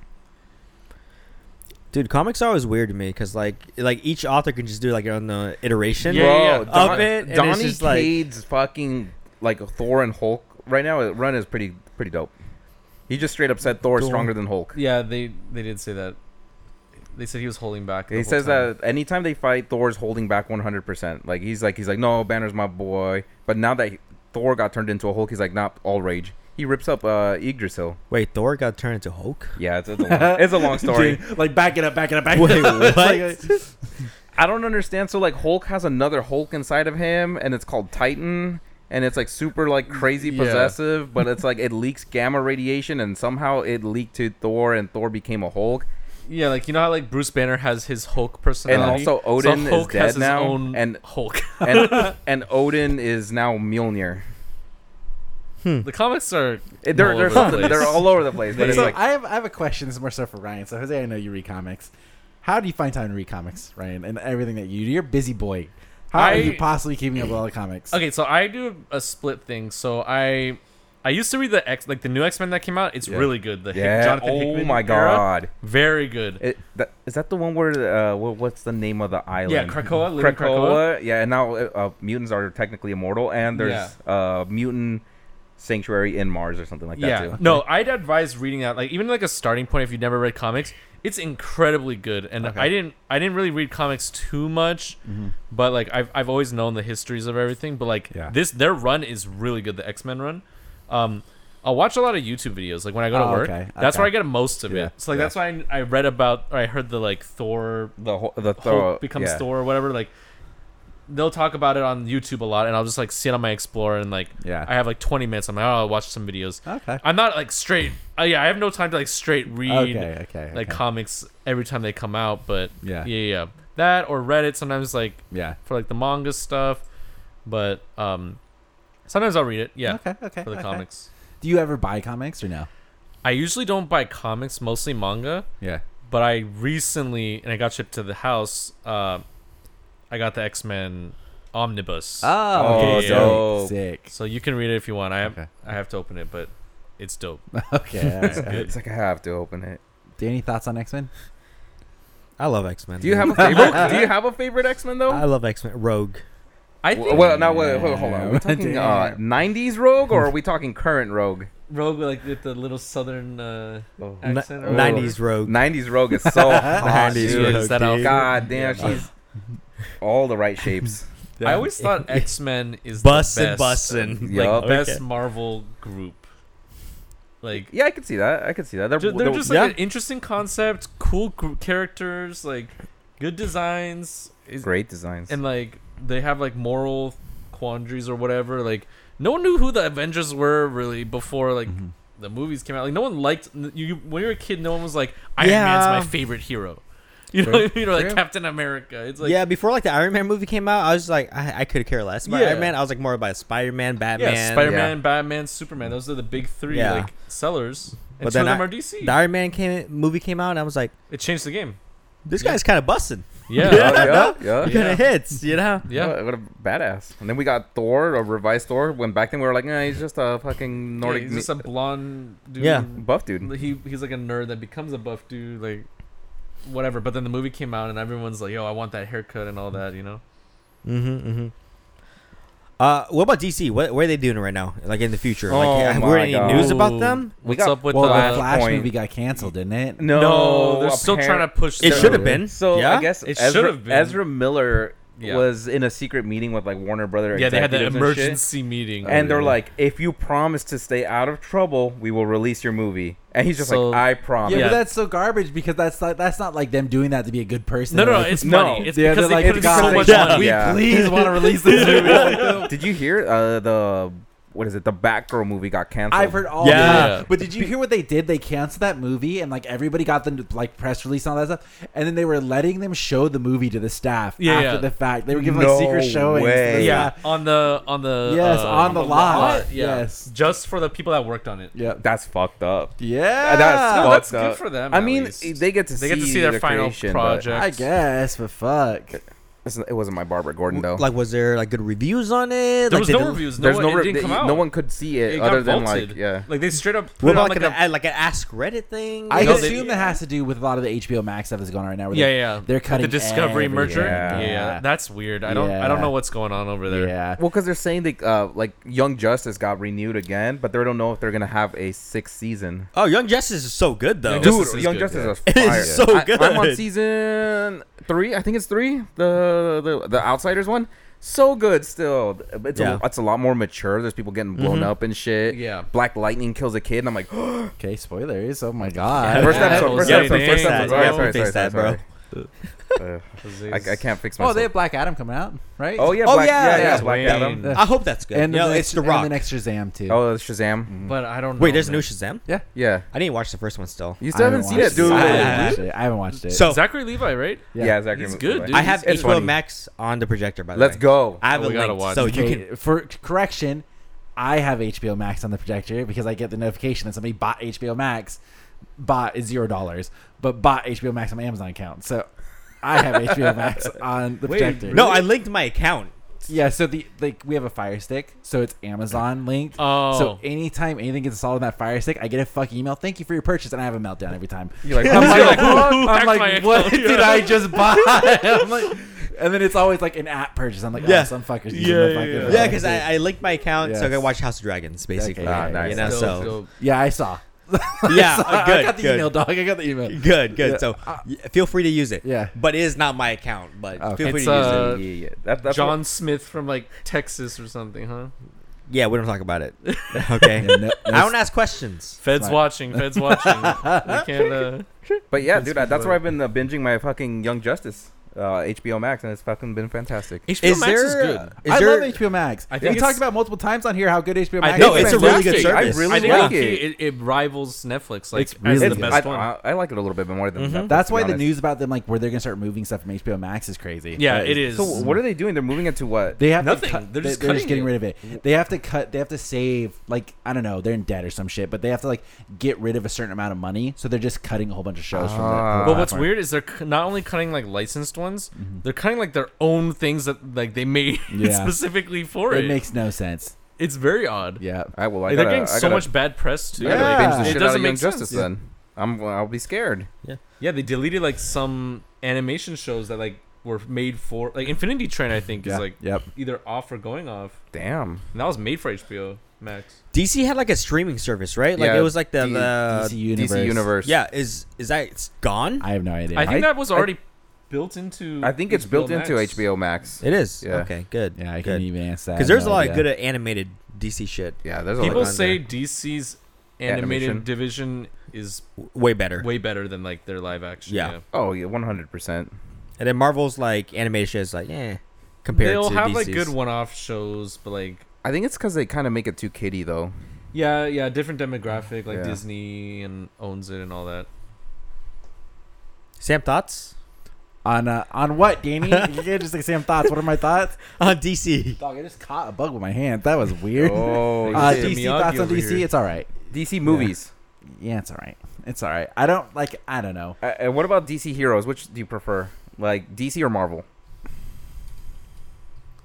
C: dude comics are always weird to me because like like each author can just do like their own uh, iteration
D: Yeah, yeah, yeah.
C: of it and it's
A: Donny
C: just like
A: Cade's fucking like Thor and Hulk right now. uh, Run is pretty pretty dope. He just straight up said Thor is
C: Dope.
A: stronger than Hulk.
D: yeah, they they did say that. They said he was holding back. the
A: He
D: whole
A: says
D: time.
A: that anytime they fight, Thor's holding back 100. percent Like he's like he's like no, Banner's my boy. But now that he- Thor got turned into a Hulk, he's like not all rage. He rips up uh, Yggdrasil.
C: wait Thor got turned into Hulk
A: Yeah, it's, it's, a, long, it's a long story.
B: Dude, like back it up, back it up, back
C: Wait,
B: it up. It's
C: what?
B: like-
A: I don't understand. So like Hulk has another Hulk inside of him, and it's called Titan, and it's like super like crazy
D: Yeah.
A: possessive, but it's like it leaks gamma radiation, and somehow it leaked to Thor, and Thor became a Hulk,
D: Yeah, like you know how like Bruce Banner has his Hulk
A: and
D: personality,
A: also Odin
D: so
A: is
D: Hulk has
A: dead
D: his
A: now,
D: own
A: and
D: Hulk.
A: and and Odin is now Mjolnir.
D: The comics are
A: Eh, They're
D: all
A: they're,
D: over the
A: something-
D: place.
A: they're all over the place, but it's
B: so
A: like
B: I have I have a question. This is more so for Ryan. So Jose, I know you read comics. How do you find time to read comics, Ryan, and everything that you do? You're a busy boy. How
D: I-
B: are you possibly keeping up with all the comics?
D: Okay, so I do a split thing. So I I used to read the X like the new X Men that came out. It's
A: Yeah.
D: really good. The Hick-
A: yeah.
D: Jonathan
A: oh
D: Hickman
A: my
D: era,
A: god.
D: very good.
A: It, that, is that the one where uh, what, what's the name of the island?
D: yeah, Krakoa, living
A: Krakoa,
D: Krakoa.
A: yeah, and now uh, uh, mutants are technically immortal, and there's uh, mutant sanctuary in Mars or something like that
D: Yeah,
A: too.
D: no, I'd advise reading that. Like even like a starting point if you've never read comics. It's incredibly good, and
A: Okay. Mm-hmm.
D: I didn't I didn't really read comics too much, but like I've I've always known the histories of everything. But like
B: Yeah.
D: this, their run is really good. The X Men run. Um, I'll watch a lot of YouTube videos. Like when I go to
B: Oh,
D: work,
B: okay,
D: that's
B: okay.
D: where I get most of
B: Yeah,
D: it. So like
A: yeah.
D: that's why I, I read about or I heard the like Thor
A: The whole the Thor
D: Hulk becomes
A: yeah.
D: Thor or whatever, like they'll talk about it on YouTube a lot, and I'll just like sit on my Explorer and like
B: Yeah.
D: I have like 20 minutes. I'm like, oh, I'll watch some videos.
B: Okay.
D: I'm not like straight. Uh, yeah, I have no time to like straight read
B: Okay. Okay.
D: like
B: okay.
D: comics every time they come out, but
B: Yeah.
D: yeah, yeah, that or Reddit sometimes like
B: yeah.
D: for like the manga stuff, but um, sometimes I'll read it. Yeah,
B: Okay. Okay.
D: for the
B: okay.
D: comics.
B: Do you ever buy comics or no?
D: I usually don't buy comics, mostly manga.
B: Yeah.
D: but I recently and I got shipped to the house. Uh, I got the X Men omnibus,
B: Ah.
A: Oh,
D: okay,
A: dope.
B: Sick.
D: so you can read it if you want. I have
B: Okay.
D: I have to open it, but it's dope.
B: Okay. all right.
A: It's like I have to open it.
B: Danny, thoughts on X Men?
C: I love X Men.
A: Do you have a favorite? do you have a favorite X Men though?
C: I love X Men. Rogue.
D: I
A: W-
D: think
A: well, now wait, wait, hold on. Are we talking uh,
B: Damn.
A: '90s Rogue or are we talking current Rogue?
D: Rogue like with the little southern uh,
C: N-
D: accent. or-
C: '90s Rogue.
A: '90s Rogue is so hot.
C: 90s
A: dude.
C: Rogue,
D: that
C: dude.
A: God damn, she's all the right shapes.
D: I always thought X Men is the
C: Bussin',
D: best,
C: bussin'.
D: like
A: Yup.
D: best
C: Okay.
D: Marvel group. Like
A: Yeah, I could see that. I could see that. They're,
D: Ju- they're
A: they're-
D: just like
C: yeah.
D: an interesting concept, cool gr- characters, like good designs. Is,
A: great designs.
D: and like they have like moral quandaries or whatever like no one knew who the avengers were really before like the movies came out like no one liked n- you you- when you were a kid no one was like iron
C: Yeah.
D: man's my favorite hero you know
A: True.
D: what I mean? Or like
A: True.
D: captain america it's like
C: yeah, before like the Iron Man movie came out, I was like, I, I could care less about
D: Yeah.
C: Iron Man. I was like more about Spider Man,
D: yeah
C: Batman.
D: spider-man batman superman those are the big three
C: Yeah.
D: like sellers and
C: But
D: two of
C: then
D: them
C: I-
D: are dc
C: The Iron Man came movie came out, and I was like,
D: it changed the game
C: this
D: Yeah.
C: guy's kind of busting.
D: yeah
A: yeah,
D: yeah,
A: yeah,
C: He
A: yeah.
C: kind of hits, you know.
A: What, what a badass. And then we got Thor, a revised Thor. When back then we were like, nah, he's just a fucking
D: Nordic
A: Nordic
D: he's just a blonde dude
C: Yeah.
A: buff dude.
D: he he's like a nerd that becomes a buff dude, like whatever. But then the movie came out and everyone's like, "Yo, I want that haircut and all that," you know.
C: Mm-hmm. mm-hmm. Uh, what about DC? What, what are they doing right now? Like in the future? Like,
A: Oh
C: have
A: my
C: we any
A: God.
C: news about them?
A: We
D: Oh. What's
A: got-
D: up with
B: Well,
D: the?
B: the
A: that
B: Flash
A: point-
B: movie got canceled, didn't it?
A: No,
D: no, they're still
A: apparent-
D: trying to push.
C: It
D: the-
C: should have been.
A: So
C: yeah.
A: I guess
D: It
A: Ezra,
D: should've been.
A: Ezra Miller
D: Yeah.
A: was in a secret meeting with like Warner Brother.
D: Yeah, they had that
A: executives and shit.
D: emergency Oh, meeting.
A: And they're like, if you promise to stay out of trouble, we will release your movie. And he's just
D: So-
A: like, I
B: Yeah,
A: promise.
D: Yeah.
B: but that's so garbage because that's not, that's not like them doing that to be a good person.
D: no, no,
B: They're
D: no,
B: like,
D: it's
A: no.
D: money. It's
B: Yeah,
D: because
B: they're
D: they
B: like,
D: put in
B: "God,
D: so much
C: yeah,
D: money.
B: we
A: Yeah.
B: please want to release this movie. Like,
A: Did you hear uh, the what is it? The Batgirl movie got canceled.
B: I've heard all
C: Yeah.
B: that. But did you hear what they did? They canceled that movie and like everybody got them to, like press release and all that stuff. And then they were letting them show the movie to the staff
D: Yeah,
B: after
D: yeah.
B: the fact. They were giving
A: No
B: like secret showings. to the
A: way.
D: Yeah,
B: staff.
D: on the on the
B: Yes,
D: uh,
B: on the lot. Yes.
D: just for the people that worked on it.
B: Yep.
A: That's fucked up.
B: Yeah.
A: Uh, That's
D: No,
A: fucked
D: that's good
A: up.
D: for them,
A: I
D: at
A: mean,
D: least.
A: they get to
D: They
A: see
D: get to see their final
A: creation, but
D: project.
B: I guess, but fuck.
A: it's- It wasn't my Barbara Gordon though.
C: Like, was there like good reviews on it?
D: There
C: like,
D: was
C: they
D: no
C: didn't-
D: reviews. No
A: there's
D: one,
A: no
D: it
A: re-
D: didn't come
A: they-
D: out.
A: no one could see it,
D: It got
A: other than
D: vaulted.
A: like yeah.
D: Like they straight up put it
C: What
D: on
C: about
D: like
C: like,
D: a
C: an, a, like an Ask Reddit thing?
B: I
D: No, they-
B: assume that has to do with a lot of the HBO Max stuff that's going on right now. where
D: yeah,
B: they-
D: yeah.
B: They're cutting
D: the Discovery
B: every-
D: merger.
A: Yeah.
D: Yeah. yeah, that's weird. I don't, I
B: Yeah.
D: don't know what's going on over there.
B: Yeah.
A: Well, because they're saying they uh, like Young Justice got renewed again, but they don't know if they're gonna have a sixth season.
C: oh, Young Justice is so good though.
D: Young
A: Dude,
D: Justice is
A: Young
D: good,
A: Justice
D: yeah.
A: is
C: It
A: fire.
C: is so good.
A: I, am on season three. I think it's three. The the, the Outsiders one. So good still. It's,
C: Yeah.
A: a, it's a lot more mature. There's people getting blown up and shit.
D: Yeah.
A: Black Lightning kills a kid, and I'm like, uh,
B: Okay, spoilers. Oh my god.
A: first
D: Yeah.
A: episode, first
D: Yeah,
A: episode,
D: they
A: first
D: face
A: episode.
D: that.
A: Sorry,
D: Yeah,
C: they
A: sorry, sorry,
C: face that,
A: sorry, sorry. Uh, I, I can't fix
B: Oh,
A: myself.
B: they have Black Adam coming out, right?
A: oh yeah,
C: Oh,
A: Black,
C: yeah,
A: yeah, yeah,
C: yeah.
A: Black
D: Wayne.
A: Adam.
D: Yeah.
C: I hope that's good.
B: And
C: Yeah,
B: the next,
C: it's The
B: and
C: Rock.
B: the next Shazam too.
A: Oh, it's Shazam.
D: But I don't.
C: Wait,
D: know,
C: there's a
D: man.
C: new Shazam?
B: yeah.
A: Yeah,
C: I didn't watch the first one still.
A: you still haven't seen it, dude.
C: Yeah.
B: I haven't watched it. I haven't watched it.
C: So
D: Zachary Levi, right?
A: Yeah, Zachary
D: He's
A: Levi.
D: good, dude.
C: I have E
D: It's
C: HBO
D: funny.
C: Max on the projector. By the
A: Let's
C: way.
A: go.
C: I have
D: Oh,
C: a
D: we gotta
C: link,
D: watch
C: so
D: it.
C: you
B: Okay,
C: can.
B: for correction, I have HBO Max on the projector because I get the notification that somebody bought HBO Max. Bought is zero dollars, but bought HBO Max on my Amazon account. So I have HBO Max on the
D: Wait,
B: projector.
D: really?
C: No, I linked my account.
B: Yeah, so the like we have a Fire Stick, so it's Amazon linked.
D: Oh.
B: So anytime anything gets installed on that Fire Stick, I get a fucking email. Thank you for your purchase, and I have a meltdown every time.
A: You're like,
B: I'm
A: "Who's
B: like,
D: gonna-
B: what?
D: who
B: I'm
D: hacked
B: like,
D: my
B: what
D: account?"
B: did I just buy? I'm like, and then it's always like an app purchase. I'm like, oh,
C: Yeah.
B: some fuckers.
D: Yeah,
B: using my
D: yeah,
B: fucking
D: yeah.
B: phone.
C: Yeah, because I, I linked my account so I
B: Yes.
C: could watch House of Dragons, basically.
B: Okay, Ah,
A: okay, nice.
C: You
A: Yeah,
C: know,
D: Dope,
C: so
D: dope.
B: yeah, I saw.
C: yeah,
B: I got
C: good,
B: the
C: good.
B: email, dog. I got the email.
C: Good, good.
B: Yeah.
C: So y feel free to use it.
B: Yeah.
C: but it is not my account. But
B: Okay.
C: feel free
D: It's,
C: to use it.
A: yeah,
D: uh,
A: yeah. That, that's
D: John Smith from like Texas or something, huh?
C: Yeah, we don't talk about it. Okay,
B: Yeah, no- no
C: I don't ask questions.
D: Feds
B: Smart.
D: watching. Feds watching. we can't. Uh,
A: What, but yeah,
D: That's
A: dude, I, that's
D: funny.
A: where I've been uh, binging my fucking Young Justice, uh, HBO Max, and it's fucking been fantastic.
D: HBO
C: Is
D: Max is
C: there,
D: good.
C: uh,
B: I
C: Is there-
B: love HBO Max.
D: I
B: I
D: think
B: think we
D: it's-
B: talked about multiple times on here how good HBO
D: I
B: Max.
D: think
C: No,
B: is.
C: it's a really good
A: fantastic.
C: service.
A: I really
D: I think
A: like
D: low-key,
A: it.
D: it. it rivals Netflix. Like
B: It's
D: as
B: really
D: the
A: It's-
D: best
A: I,
D: one.
A: I, I like it a little bit more than
D: Mm-hmm.
C: Mhm.
A: Netflix,
B: That's
A: to
B: why
A: be
B: the
A: honest.
B: news about them, like where they're gonna start moving stuff from HBO Max, is crazy.
D: yeah,
B: That
D: it is.
A: So what are they doing? They're moving it to what?
B: They have
D: Nothing.
B: To cut,
D: They're
B: they're
D: just
B: just,
D: cutting
B: getting
D: it.
B: rid of it. They have to cut. They have to save. Like I don't know. They're in debt or some shit, but they have to like get rid of a certain amount of money. So they're just cutting a whole bunch of shows from.
A: Ah.
B: The, the
D: But what's
B: platform. Mm-hmm.
D: weird is they're c- not only cutting like licensed ones, they're cutting like their own things that like they made
B: Yeah.
D: specifically for it.
B: It makes no sense.
D: it's very odd.
B: Yeah.
A: I will. I
D: Like, they're
A: gotta-
D: getting
A: I
D: so
A: gotta-
D: much bad press too.
A: I gotta
B: Yeah.
D: Like,
A: binge the
D: it
A: shit out
D: doesn't
A: of
D: make
A: Young Justice.
D: sense.
A: Then I'm. I'll be scared.
D: Yeah, they deleted like some animation shows that like were made for like Infinity Train. I think
B: Yeah.
D: is like
B: yep.
D: either off or going off,
A: Damn.
D: and that was made for HBO Max.
C: DC had like a streaming service, right? Like
A: Yeah,
C: it was like the,
A: D-
C: the
B: DC Universe.
A: DC Universe.
C: yeah. Is is that it's gone?
B: I have no idea.
D: I think
A: I-
D: that was
A: I-
D: already built into.
A: I think it's built
D: Max.
A: into HBO Max.
C: It is.
A: Yeah.
C: Okay, good.
B: yeah, I
C: good.
B: couldn't even answer that.
C: Because there's a lot
B: Yeah.
C: of good animated DC shit.
A: Yeah, there's a
D: People
A: lot.
C: on
D: say DC's animated
A: Animation.
D: division is
C: W- Way better.
D: way better than like their live action.
C: Yeah.
A: Oh yeah, 100. percent
C: And then Marvel's like animated shit is like eh. Compared
D: They'll
C: to
D: have
C: DC's.
D: like good one-off shows, but like
A: I think it's because they kind of make it too kiddie though.
D: yeah, yeah, different demographic, like
A: Yeah.
D: Disney and owns it and all that.
C: Sam thoughts
B: on uh, on what, Danny? you can't just like Sam thoughts. What are my thoughts?
C: on DC.
B: Dog, I just caught a bug with my hand. That was weird.
A: Oh,
B: uh,
A: shit.
D: D-
B: DC
D: Miyagi
B: thoughts on
D: over
B: DC?
D: here.
B: It's all right.
A: DC movies.
B: Yeah, it's all right. It's all right. I don't like. I don't know.
A: Uh, and what about DC heroes? Which do you prefer, like DC or Marvel?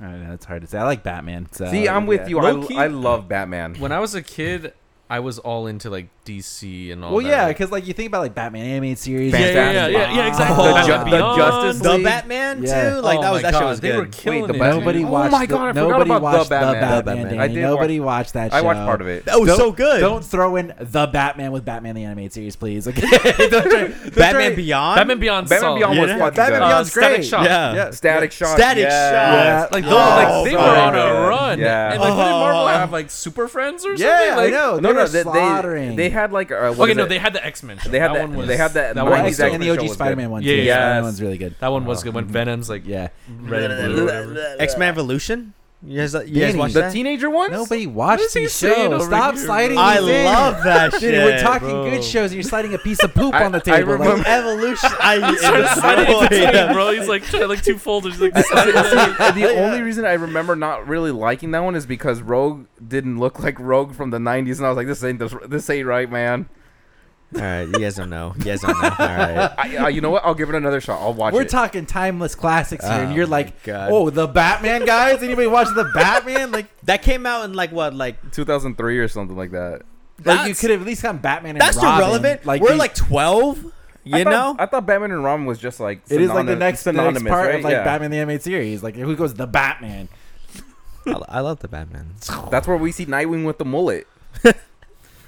B: I don't know. It's hard to say. I like Batman. So
A: See, I'm with
B: Uh, yeah.
A: you. I,
D: Low-key-
A: I love Batman.
D: When I was a kid, I was all into like DC and all.
B: Well,
D: that.
B: yeah, because like you think about like Batman animated series,
D: yeah, yeah, yeah, yeah,
A: Fantastic.
D: yeah, yeah, exactly.
C: Oh,
A: the,
D: Batman
A: ju- the
D: Beyond.
A: Justice
C: The
A: League.
C: Batman
B: Yeah.
C: too. Like
D: Oh
C: that
D: my
C: was that shit
D: God,
C: was
D: they were
C: good.
D: killing
A: the
D: it.
A: Batman-
B: Nobody
A: Oh
B: watched.
A: my God, I forgot
B: nobody
A: about the
B: watched the
A: Batman.
B: Batman.
A: The
C: Batman.
B: Danny.
A: I did
B: nobody watched that. Show.
A: I watched part of it.
C: That was
B: Don't-
C: so good.
B: Don't throw in the Batman with Batman the animated series, please. Okay. Don't try- don't
C: Batman
B: try-
C: Beyond.
D: Batman Beyond.
A: Batman
D: solid.
A: Beyond was
C: Yeah.
A: fucking dope.
B: Batman Beyond-
D: Uh,
B: Beyond's
D: Static
B: great.
D: Shock.
C: Yeah.
B: Yeah.
A: Static Shock.
C: Static
A: yeah.
C: Shock.
D: Like
B: Yeah.
D: those,
A: Oh,
D: like they were
A: so
D: on a
A: good.
D: run.
A: Yeah.
D: And like, didn't
C: Oh.
D: Marvel have like Super Friends or
B: Yeah,
D: something? Like,
B: I know. They
A: No, no,
B: were
A: they, they
B: slaughtering.
A: they had like uh, what
D: okay,
A: is
D: no,
A: it?
D: they had the X Men.
A: They had
D: that
A: that-
D: one was,
A: they had that-
D: That
A: that
D: one
A: X-Men
D: was
A: Exactly.
B: and
D: dope.
B: the
A: show
B: OG
A: was
B: Spider-Man
A: good.
B: one.
D: Yeah,
B: too.
D: yeah.
B: That
A: Yes.
B: one's really good.
D: That one was good when Venom's like
B: Yeah.
D: red and blue. or whatever.
C: X Men Evolution. You guys, you guys
B: Danny,
C: watch
A: the
C: that?
A: teenager ones.
B: Nobody watched
D: is he
B: these
D: saying
B: shows.
D: over
B: Stop
D: here,
B: sliding.
D: bro?
C: I
B: these in.
C: love that shit.
B: Dude, we're talking
D: bro.
B: good shows, and you're sliding a piece of poop
A: I-
B: on the
A: I
B: table. like-
A: remember-
C: Evolution. I
D: Trying to slide it into
C: Yeah.
D: tape, bro. He's like trying to, like two folders. He's like this is it.
A: the the only reason I remember not really liking that one is because Rogue didn't look like Rogue from the '90s, and I was like, "This ain't this, this ain't right, man."
C: All right, you guys don't know. You guys don't know. All right.
A: I, I, you know what? I'll give it another shot. I'll watch
B: We're
A: it.
B: talking timeless classics here,
C: Oh
B: and you're
C: my
B: like,
C: God.
B: "Oh, the Batman guys! Anybody watch the Batman? Like,
C: That came out in like what, like
A: 2003 or something like that.
B: like you
C: That's-
B: could have at least gotten Batman and
C: that's
B: Robin.
C: irrelevant. Like we're
B: these-
C: like twelve. You
A: I thought,
C: know,
A: I thought Batman and Robin was just like
B: it is like the
A: synony-
B: next, the next part
A: right?
B: of like
A: Yeah.
B: Batman the animated series. Like, who goes the Batman?
C: I, I love the Batman.
A: That's where we see Nightwing with the mullet.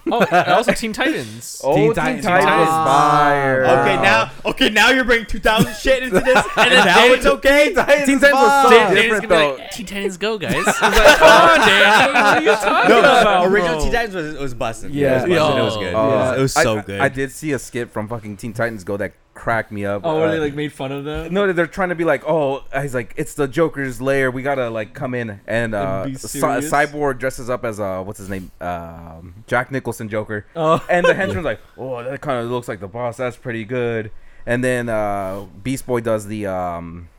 D: Oh, and also Teen Titans.
A: Oh,
B: Teen
A: Teen
B: Titans.
A: Titans
D: Titans.
A: fire.
C: Okay, now, okay, now you're bringing 2000 shit into this, and then now
D: Danny-
C: it's okay.
A: Teen Titans was
D: Dan-
A: so
D: Danny's
A: different
D: gonna be
A: though.
D: like, Teen Titans go, guys. He's like, Come on, Dan. What are you talking
C: No,
D: about?
C: original
D: bro?
C: Teen Titans was was busted.
B: Yeah.
C: it was, busted. It was good.
A: Uh,
C: it was so
A: I,
C: good.
A: I did see a skit from fucking Teen Titans Go that cracked me up.
D: Oh,
A: Uh,
D: where they like made fun of them?
A: No, they're trying to be like, oh, he's like, it's the Joker's lair. We gotta like come in and uh,
D: be
A: Cy-
D: serious?
A: Cyborg dresses up as uh, what's his name, um, Jack Nicholson Joker,
D: Oh.
A: and the henchman's like, oh, that kind of looks like the boss. That's pretty good. And then uh, Beast Boy does the um,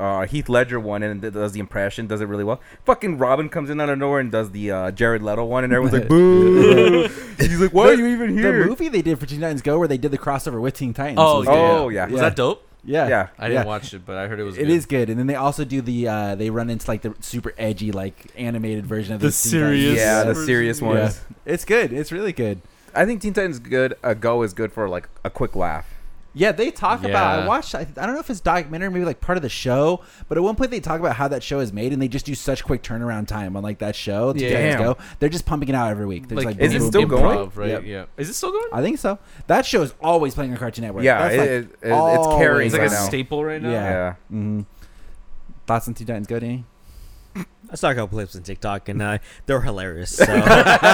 A: uh, Heath Ledger one and th- does the impression, does it really well. Fucking Robin comes in out of nowhere and does the uh, Jared Leto one, and everyone's like, "Boo!" He's like, "Why are you even
B: The
A: here?"
B: movie they did for Teen Titans Go, where they did the crossover with Teen Titans.
D: Oh,
B: was
D: yeah.
B: good.
A: Oh, yeah.
D: Was that dope?
B: yeah,
A: Yeah.
D: I didn't watch it, but I heard it was.
B: It is good, and then they also do the uh, they run into like the super edgy like animated version of
D: The
B: these Teen Titans.
D: serious
A: Yeah, the
D: Version.
A: serious
D: Yeah.
A: ones.
B: Yeah. It's good. It's really good.
A: I think Teen Titans good. A go is good for like a quick laugh.
B: Yeah, they talk about. I
D: Yeah.
B: watched. I, I don't know if it's documentary, maybe like part of the show, but at one point they talk about how that show is made, and they just do such quick turnaround time on like that show. Teen
D: Yeah.
B: Titans
A: Damn.
B: Go. They're just pumping it out every week. They're just,
D: Like,
B: like
A: is it
B: boom,
A: still
B: boom, boom.
A: going?
D: improv, Right?
B: Yep.
D: Yeah. Is it still going?
B: I think so. That show is always playing on Cartoon Network.
A: Yeah,
B: That's,
A: it,
B: like,
A: it, it- it's
B: always-
A: carrying
D: It's like a
A: right now.
D: staple right now.
B: Yeah.
A: Yeah.
B: mhm. Thoughts on Teen Titans Go, Danny?
C: I saw a couple clips on TikTok and uh, they're hilarious. So,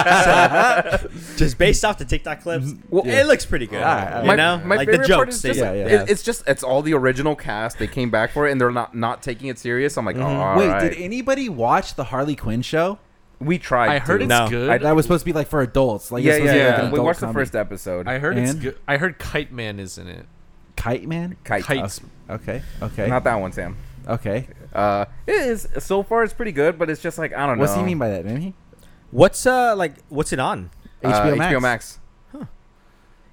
C: so, just based off the TikTok clips,
A: Well, Ah,
C: it looks pretty good.
B: Yeah,
C: you
A: my,
C: know,
A: my
C: like the
A: favorite
C: jokes.
A: part is
C: they
A: just
B: yeah,
C: do.
B: yeah.
A: It, it's just it's all the original cast. They came back for it, and they're not not taking it serious. I'm like, oh, all
B: Wait,
A: right.
B: did anybody watch the Harley Quinn show?
A: we tried.
D: I heard
A: to.
D: it's
C: No.
D: good.
A: I-
B: That was supposed to be like for adults. Like
A: yeah, yeah.
B: it's supposed to be, like,
A: yeah.
B: an
A: We
B: adult
A: watched the
B: comedy.
A: first episode.
D: I heard it's
B: And?
D: good. I heard Kite Man is in it.
B: Kite Man.
A: Kite. Uh,
D: Kite.
B: Okay, okay,
A: Not that one, Sam.
B: okay.
A: Uh, it is so far it's pretty good, but it's just like I don't
B: What's
A: know.
B: he mean by that? Maybe
C: What's uh like? What's it on?
A: uh,
B: HBO Max.
A: HBO Max.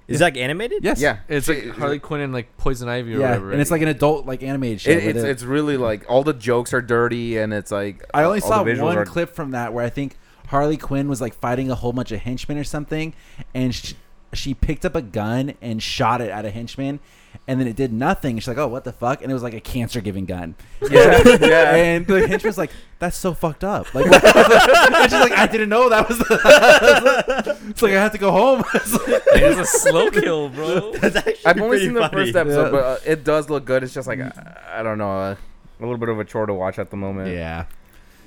C: Is it like animated?
B: Yes.
A: Yeah,
D: It's like Harley Quinn and like Poison Ivy or
B: yeah,
D: whatever.
B: and it's
D: right?
B: like an adult like animated show.
A: It,
B: where
A: it's
B: they-
A: it's really like all the jokes are dirty, and it's like
B: I only
A: all
B: saw
A: the visuals
B: one
A: are-
B: clip from that where I think Harley Quinn was like fighting a whole bunch of henchmen or something, and she, she picked up a gun and shot it at a henchman, and then it did nothing. She's like, "Oh, what the fuck?" And it was like a cancer giving gun.
A: Yeah, yeah.
B: And the henchman's like, "That's so fucked up." Like, what the fuck? and she's like, "I didn't know that was." The- it's like I have to go home. It's like-
D: it's a slow kill, bro.
C: That's actually
A: I've only
C: pretty
A: seen the
C: funny.
A: first episode,
B: Yeah. Mm.
A: but uh, it does look good. It's just like I, I don't know, uh, a little bit of a chore to watch at the moment.
B: yeah.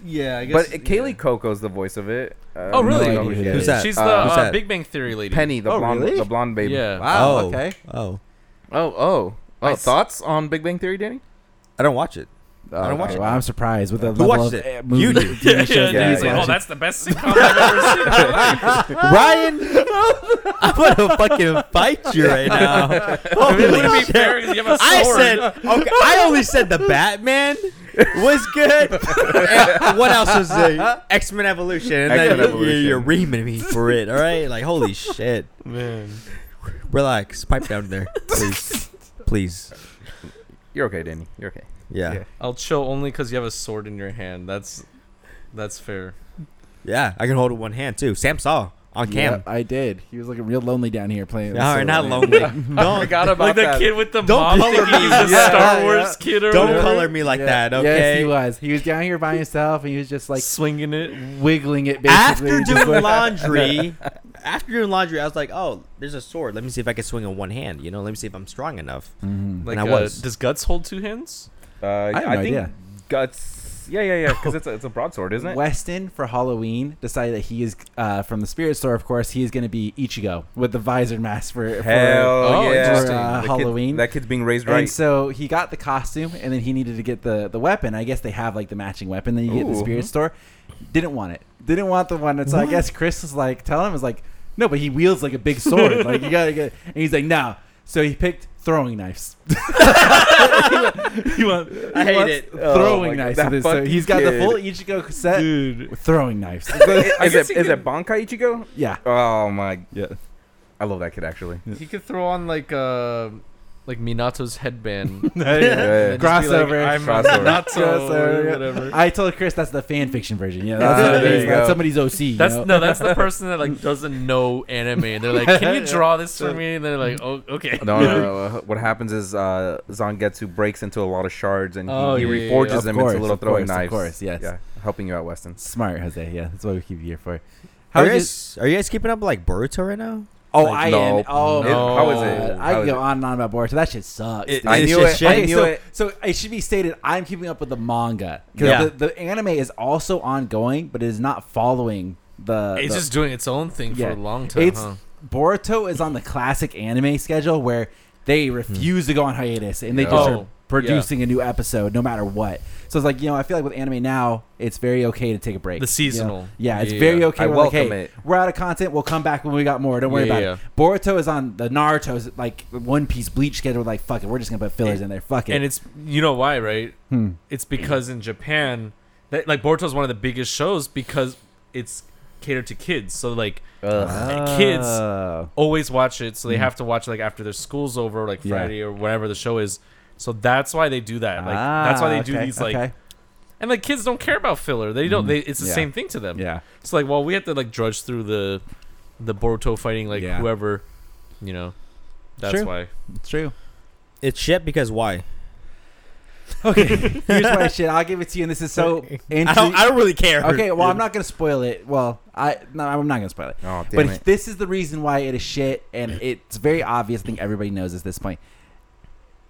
D: yeah, I
A: But uh, Kaylee Coco's the voice of it. Uh, I
D: Oh,
A: don't
D: really?
A: know who she
B: Who's
A: is.
C: that?
D: She's
A: Uh,
D: the
A: who's
D: uh,
C: that?
D: Big Bang Theory lady.
A: Penny, the
B: Oh,
A: blonde,
B: really?
A: the blonde baby.
D: Yeah.
B: Wow. Okay.
C: Oh,
A: Oh, oh, oh.
D: I s-
A: thoughts on Big Bang Theory, Danny?
C: I don't watch it. I don't
B: Okay,
C: watch it.
B: well, I'm surprised with the
C: Who
B: level
C: watches
B: of
C: it?
B: uh, movie
C: You
B: that
C: did.
B: TV
D: Yeah,
B: shows
D: yeah,
B: that
D: he's
B: you
D: like, oh,
B: watch.
D: that's the best sitcom I've ever seen. in my life."
C: Ryan, I'm gonna fucking fight you right now.
D: I mean, it wouldn't
C: Holy
D: be
C: shit.
D: fair 'cause you have a
C: I
D: sword.
C: said, okay, I only said the Batman was good. And what else was the X Men Evolution? And
A: X-Men
C: then you- You're,
A: Evolution.
C: reaming me for it, all right? Like, holy shit.
D: man,
C: Relax. Pipe down there, please. Please.
A: You're okay, Danny. You're okay.
C: Yeah.
A: Yeah.
C: Yeah.
D: I'll chill only because you have a sword in your hand. That's that's fair.
C: I can hold it with one hand, too. Sam saw on
B: Yeah,
C: cam.
B: I did. He was looking real lonely down here playing.
C: All right,
B: so
C: not
B: lonely.
C: lonely. Don't,
A: Forgot about
D: like the
A: that. Uh,
D: kid with the
C: Don't
D: mom
C: color
D: thinking
C: me.
D: he's a
C: Yeah,
D: Star
B: yeah.
D: Wars kid or
C: don't
D: whatever.
C: color me like that,
B: Yes,
C: okay?
B: he was. He was down here by himself, and he was just like
D: swinging it.
B: wiggling it. Basically,
C: after
B: just
C: doing
B: like-
C: laundry, after doing laundry, I was like, "Oh, there's a sword. Let me see if I can swing on one hand. You know, let me see if I'm strong enough."
B: Mhm.
D: Like,
C: I
D: uh,
C: was.
D: does guts hold two hands?
A: Uh,
B: I have
A: I,
B: no
A: think
B: idea.
A: guts. Yeah, yeah, yeah. Because it's a, it's a broadsword, isn't it?
B: Weston for Halloween decided that he is uh, from the Spirit Store. Of course, he is going to be Ichigo with the visor mask for, for
A: Hell
D: Oh,
A: yeah!
D: interesting.
B: For, uh,
A: The kid-
B: Halloween.
A: that kid's being raised
B: And
A: right.
B: so he got the costume, and then he needed to get the the weapon. I guess they have like the matching weapon that you get in the
A: Ooh.
B: spirit store. Didn't want it. Didn't want the one. And so I guess Chris was like telling him is like, no, but he wields like a big sword. like you gotta get. And he's like, no. So he picked throwing knives. he went,
C: I hate it.
A: Oh,
B: Throwing
A: my God,
B: knives.
A: that
B: with this. So
A: fucking
B: he's got the
A: kid.
B: full Ichigo set
D: Dude.
B: with throwing knives.
A: is
D: guess
A: it
D: he
A: is
D: could-
A: it Bankai Ichigo?
B: yeah.
A: Oh my!
B: Yeah.
A: I love that kid actually.
D: He could throw on like uh like Minato's headband.
A: Yeah.
D: And just be like,
B: Crossover.
D: I'm
A: Crossover.
D: Minato
B: Crossover,
D: or
B: yeah.
D: whatever.
B: I told Chris that's the fan fiction version. Yeah, that's,
A: Ah,
B: somebody's-
A: there you
B: that's
A: go.
B: somebody's OC. you
D: That's
B: know?
D: no, that's the person that like doesn't know anime. And they're like, "Can you draw this for me?" And they're like, "Oh, okay."
A: No, no, no. uh, What happens is uh, Zangetsu breaks into a lot of shards and he,
D: Oh,
A: he
D: yeah, yeah, yeah.
A: reforges
B: Of
A: them
B: course,
A: into little
B: of
A: throwing
B: course, of
A: knives.
B: course, yes.
A: Yeah, helping you out, Weston.
B: Smart, Jose. Yeah, that's what we keep you here for. How
C: Are you,
B: is it?
C: guys, are you guys keeping up with, like Boruto right now?
B: Oh,
A: Like,
B: I
A: no.
B: am. Oh,
A: It-
B: no.
A: how is it?
B: I
A: How
B: can
A: is
B: go
A: it?
B: on and on about Boruto. That shit sucks.
C: It-
B: dude.
A: I
C: It's
A: knew
C: just
A: it. I
C: shit.
B: Okay,
A: knew
B: so,
A: it.
B: so it should be stated I'm keeping up with the manga. 'Cause
C: Yeah.
B: The, the anime is also ongoing, but it is not following the.
D: It's
B: the-
D: just doing its own thing
B: yeah.
D: for a long time.
B: It's
D: huh?
B: Boruto is on the classic anime schedule where they refuse to go on hiatus and they
A: Yeah.
B: just
D: Oh.
B: are producing a new episode no matter what. So it's like, you know, I feel like with anime now, it's very okay to take a break.
D: the seasonal.
B: yeah, it's very okay.
A: I
B: we're like,
A: welcome
B: hey,
A: it.
B: We're out of content. We'll come back when we got more. Don't worry
D: Yeah,
B: about
D: yeah,
B: it. Boruto is on the Naruto's like One Piece Bleach schedule. Like, fuck it. We're just gonna put fillers in there. Fuck it.
D: and it's you know why, right?
B: Hmm.
D: It's because in Japan, that, like Boruto is one of the biggest shows because it's catered to kids. So like
B: Uh-huh.
A: Ugh.
D: and kids
B: Oh.
D: always watch it, so they have to watch like after their school's over, like
B: Hmm. Yeah.
D: Friday or whenever the show is. So that's why they do that. Like that's why they
B: Ah,
D: do
B: okay,
D: these like
B: okay. Hmm.
D: and like kids don't care about filler. They don't. They it's the
B: Yeah.
D: same thing to them.
B: yeah.
D: It's like well, we have to like drudge through the the Boruto fighting like
B: Yeah.
D: whoever, you know. That's
B: True.
D: why.
B: It's true.
C: It's shit because why?
B: Okay, here's my shit. I'll give it to you, and this is so.
C: I don't. I don't really care.
B: okay, well, I'm not gonna spoil it. Well, I no, I'm not gonna spoil it.
A: Oh, damn
B: but
A: it.
B: this is the reason why it is shit, and it's very obvious. I think everybody knows this at this point.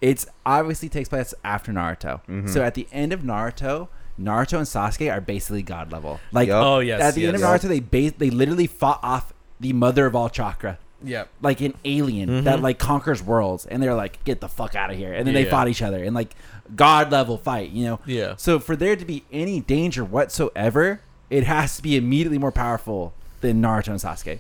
B: It's obviously takes place after Naruto.
A: Mhm.
B: So uh, at the end of Naruto, Naruto and Sasuke are basically god level. Like
A: Yup.
D: Oh yes.
B: at the end of
D: yes.
B: Naruto, they base, they literally fought off the mother of all chakra,
D: Yeah.
B: like an alien that like conquers worlds, and they're like, get the fuck out of here, and then they
D: Yeah.
B: fought each other and like god level fight, you know.
D: Yeah.
B: So for there to be any danger whatsoever, it has to be immediately more powerful than Naruto and Sasuke.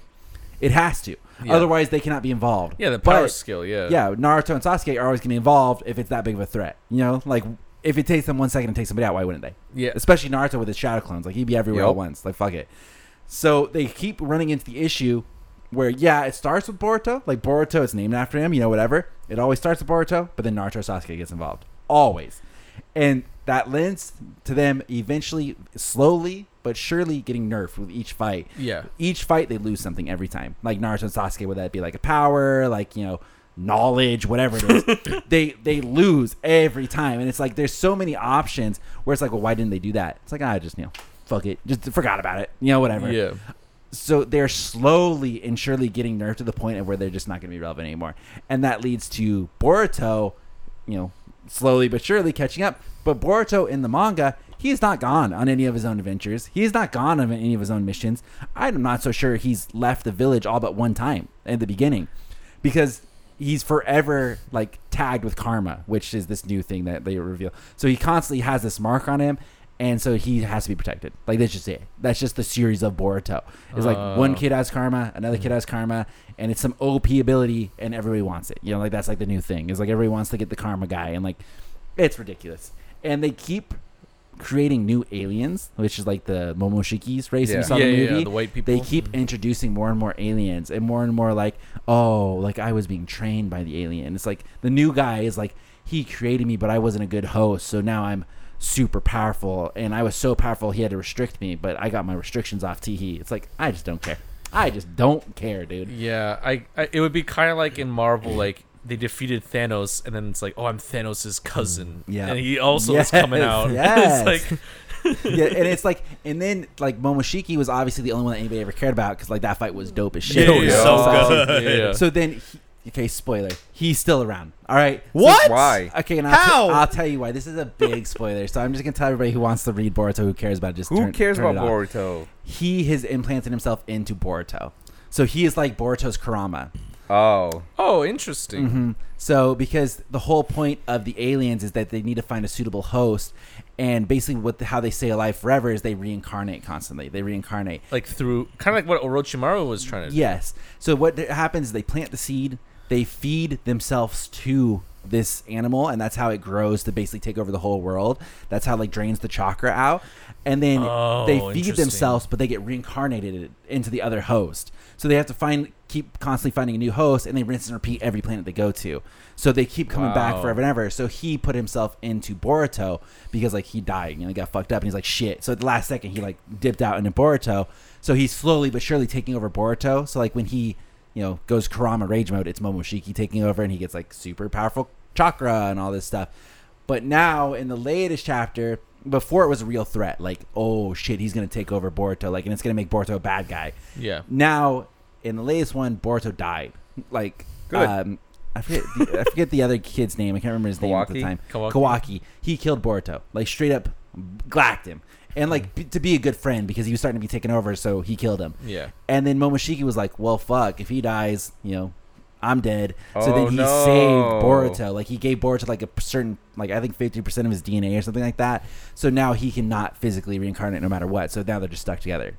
B: It has to.
D: Yeah.
B: Otherwise, they cannot be involved.
D: Yeah, the power
B: But,
D: skill. Yeah.
B: yeah, Naruto and Sasuke are always going to be involved if it's that big of a threat. You know, like if it takes them one second to take somebody out, why wouldn't they?
D: Yeah.
B: Especially Naruto with his shadow clones. Like he'd be everywhere
A: Yup.
B: at once. Like fuck it. So they keep running into the issue where yeah, it starts with Boruto. Like Boruto, it's named after him. You know, whatever. It always starts with Boruto, but then Naruto Sasuke gets involved always, and that lends to them eventually, slowly but surely, getting nerfed with each fight
D: Yeah.
B: each fight they lose something every time. Like Naruto and Sasuke, whether that be like a power, like you know, knowledge, whatever it is, they they lose every time. And it's like there's so many options where it's like, well, why didn't they do that? It's like I just you know, fuck it, just forgot about it, you know, whatever.
D: Yeah.
B: So they're slowly and surely getting nerfed to the point of where they're just not going to be relevant anymore, and that leads to Boruto, you know, slowly but surely catching up. But Boruto in the manga, he's not gone on any of his own adventures. He's not gone on any of his own missions. I'm not so sure he's left the village all but one time in the beginning, because he's forever like tagged with karma, which is this new thing that they reveal. So he constantly has this mark on him. And so he has to be protected. Like that's just it. That's just the series of Boruto. It's like
D: Oh. Mm.
B: one kid has karma, another kid has karma, and it's some OP ability, and everybody wants it. You know, like that's like the new thing. Is like everybody wants to get the karma guy, and like it's ridiculous. And they keep creating new aliens, which is like the Momoshikis race
A: Yeah.
B: you saw
D: yeah,
B: the
D: yeah,
B: movie.
D: yeah, The white people.
B: They keep introducing more and more aliens, and more and more like, oh, like I was being trained by the alien. It's like the new guy is like he created me, but I wasn't a good host, so now I'm super powerful, and I was so powerful he had to restrict me, but I got my restrictions off. Teehee. It's like I just don't care. I just don't care, dude.
D: Yeah, I, I it would be kind of like in Marvel, like they defeated Thanos, and then it's like, oh, I'm Thanos' cousin.
B: Mm, yeah.
D: and he also is coming
B: Yes,
D: out.
B: yes.
D: it's like,
B: yeah, and it's like, and then like Momoshiki was obviously the only one that anybody ever cared about because like that fight was dope as shit.
C: It was
A: Yeah.
C: so
B: So-
C: good.
D: yeah,
B: So then, he, okay, spoiler. He's still around. All right.
C: What?
A: Why?
B: Okay, and I'll,
C: How?
B: T- I'll tell you why. This is a big spoiler, so I'm just gonna tell everybody who wants to read Boruto who cares about it, just
A: Who
B: turn-
A: cares about
B: turn it off.
A: Boruto?
B: He has implanted himself into Boruto, so he is like Boruto's Kurama.
A: Oh,
D: oh, interesting.
B: Mhm. So because the whole point of the aliens is that they need to find a suitable host, and basically what how they stay alive forever is they reincarnate constantly. They reincarnate.
D: Like through kind of like what Orochimaru was trying to. do.
B: Yes. So what th- happens is they plant the seed, they feed themselves to this animal, and that's how it grows to basically take over the whole world. That's how like drains the chakra out, and then
D: Oh,
B: they feed
D: interesting.
B: themselves, but they get reincarnated into the other host. So they have to find, keep constantly finding a new host, and they rinse and repeat every planet they go to. So they keep coming back
D: Wow.
B: forever and ever. So he put himself into Boruto because like he died, you know, he got fucked up, and he's like shit. So at the last second, he like dipped out into Boruto. So he's slowly but surely taking over Boruto. So like when he, you know, goes Kurama rage mode, it's Momoshiki taking over, and he gets like super powerful chakra and all this stuff. But now in the latest chapter, before it was a real threat, like oh shit, he's gonna take over Boruto, like, and it's gonna make Boruto a bad guy.
D: yeah.
B: Now in the latest one, Boruto died. Like,
A: Good.
B: Um, I forget. The, I forget the other kid's name. I can't remember his name at the
A: Kawaki?
B: time.
D: Kawaki?
B: Kawaki. He killed Boruto. Like straight up, glacked him. And like b- to be a good friend because he was starting to be taken over, so he killed him.
D: Yeah.
B: And then Momoshiki was like, "Well, fuck. If he dies, you know, I'm dead. So
A: Oh,
B: then he
A: no.
B: saved Boruto. Like he gave Boruto like a p- certain, like I think 50% of his DNA or something like that. So now he cannot physically reincarnate no matter what. So now they're just stuck together.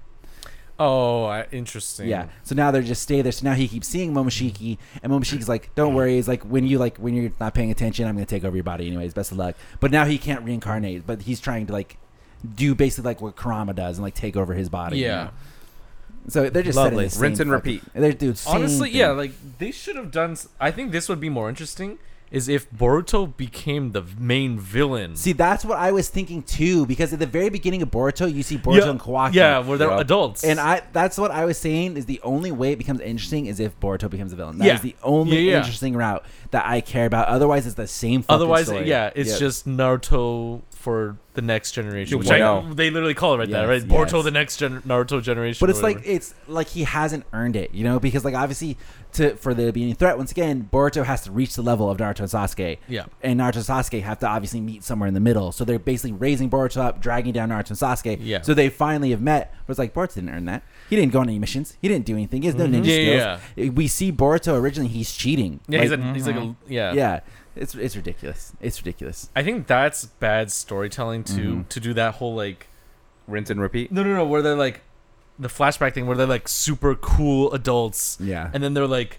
D: Oh, I, interesting.
B: Yeah. So now they're just stay there. So now he keeps seeing Momoshiki, and Momoshiki's like, "Don't worry. It's like when you like when you're not paying attention, I'm gonna take over your body anyways. Best of luck." But now he can't reincarnate, but he's trying to like do basically like what Kurama does and like take over his body. you
D: Yeah.
B: know? So they're just
C: Lovely.
B: setting the
A: Rinse
B: same
A: and
B: fucking-
A: repeat.
B: They're dude. same
D: Honestly,
B: thing.
D: yeah, like they should have done. s- I think this would be more interesting. Is if Boruto became the main villain.
B: See, that's what I was thinking too, because at the very beginning of Boruto, you see Boruto
D: yeah,
B: and Kawaki.
D: Yeah, where they're
A: Yeah.
D: adults.
B: And I that's what I was saying is the only way it becomes interesting is if Boruto becomes a villain. That is
D: Yeah.
B: the only
D: Yeah, yeah.
B: interesting route that I care about. Otherwise it's the same fucking
D: Otherwise,
B: story.
D: yeah, it's
B: Yep.
D: just Naruto for the next generation, which
A: Wow.
D: I they literally call it right there, right?
B: Yes, yes.
D: Boruto the next gen- Naruto generation.
B: But
D: or
B: it's like
D: whatever.
B: it's like he hasn't earned it, you know, because like obviously to for there to be any threat, once again, Boruto has to reach the level of Naruto and Sasuke.
D: Yeah.
B: And Naruto and Sasuke have to obviously meet somewhere in the middle. So they're basically raising Boruto up, dragging down Naruto and Sasuke.
D: Yeah.
B: So they finally have met, but it's like Boruto didn't earn that. He didn't go on any missions. He didn't do anything. He has no ninja
D: Mm-hmm. Yeah,
B: skills. We see Boruto originally he's cheating.
D: yeah, he's,
B: Like, mm-hmm.
D: a, he's like a, yeah.
B: yeah. It's it's ridiculous. It's ridiculous.
D: I think that's bad storytelling to
B: Mm-hmm.
D: to do that whole like
A: Rinse and repeat.
D: no no no where they're like the flashback thing where they're like super cool adults
B: Yeah.
D: and then they're like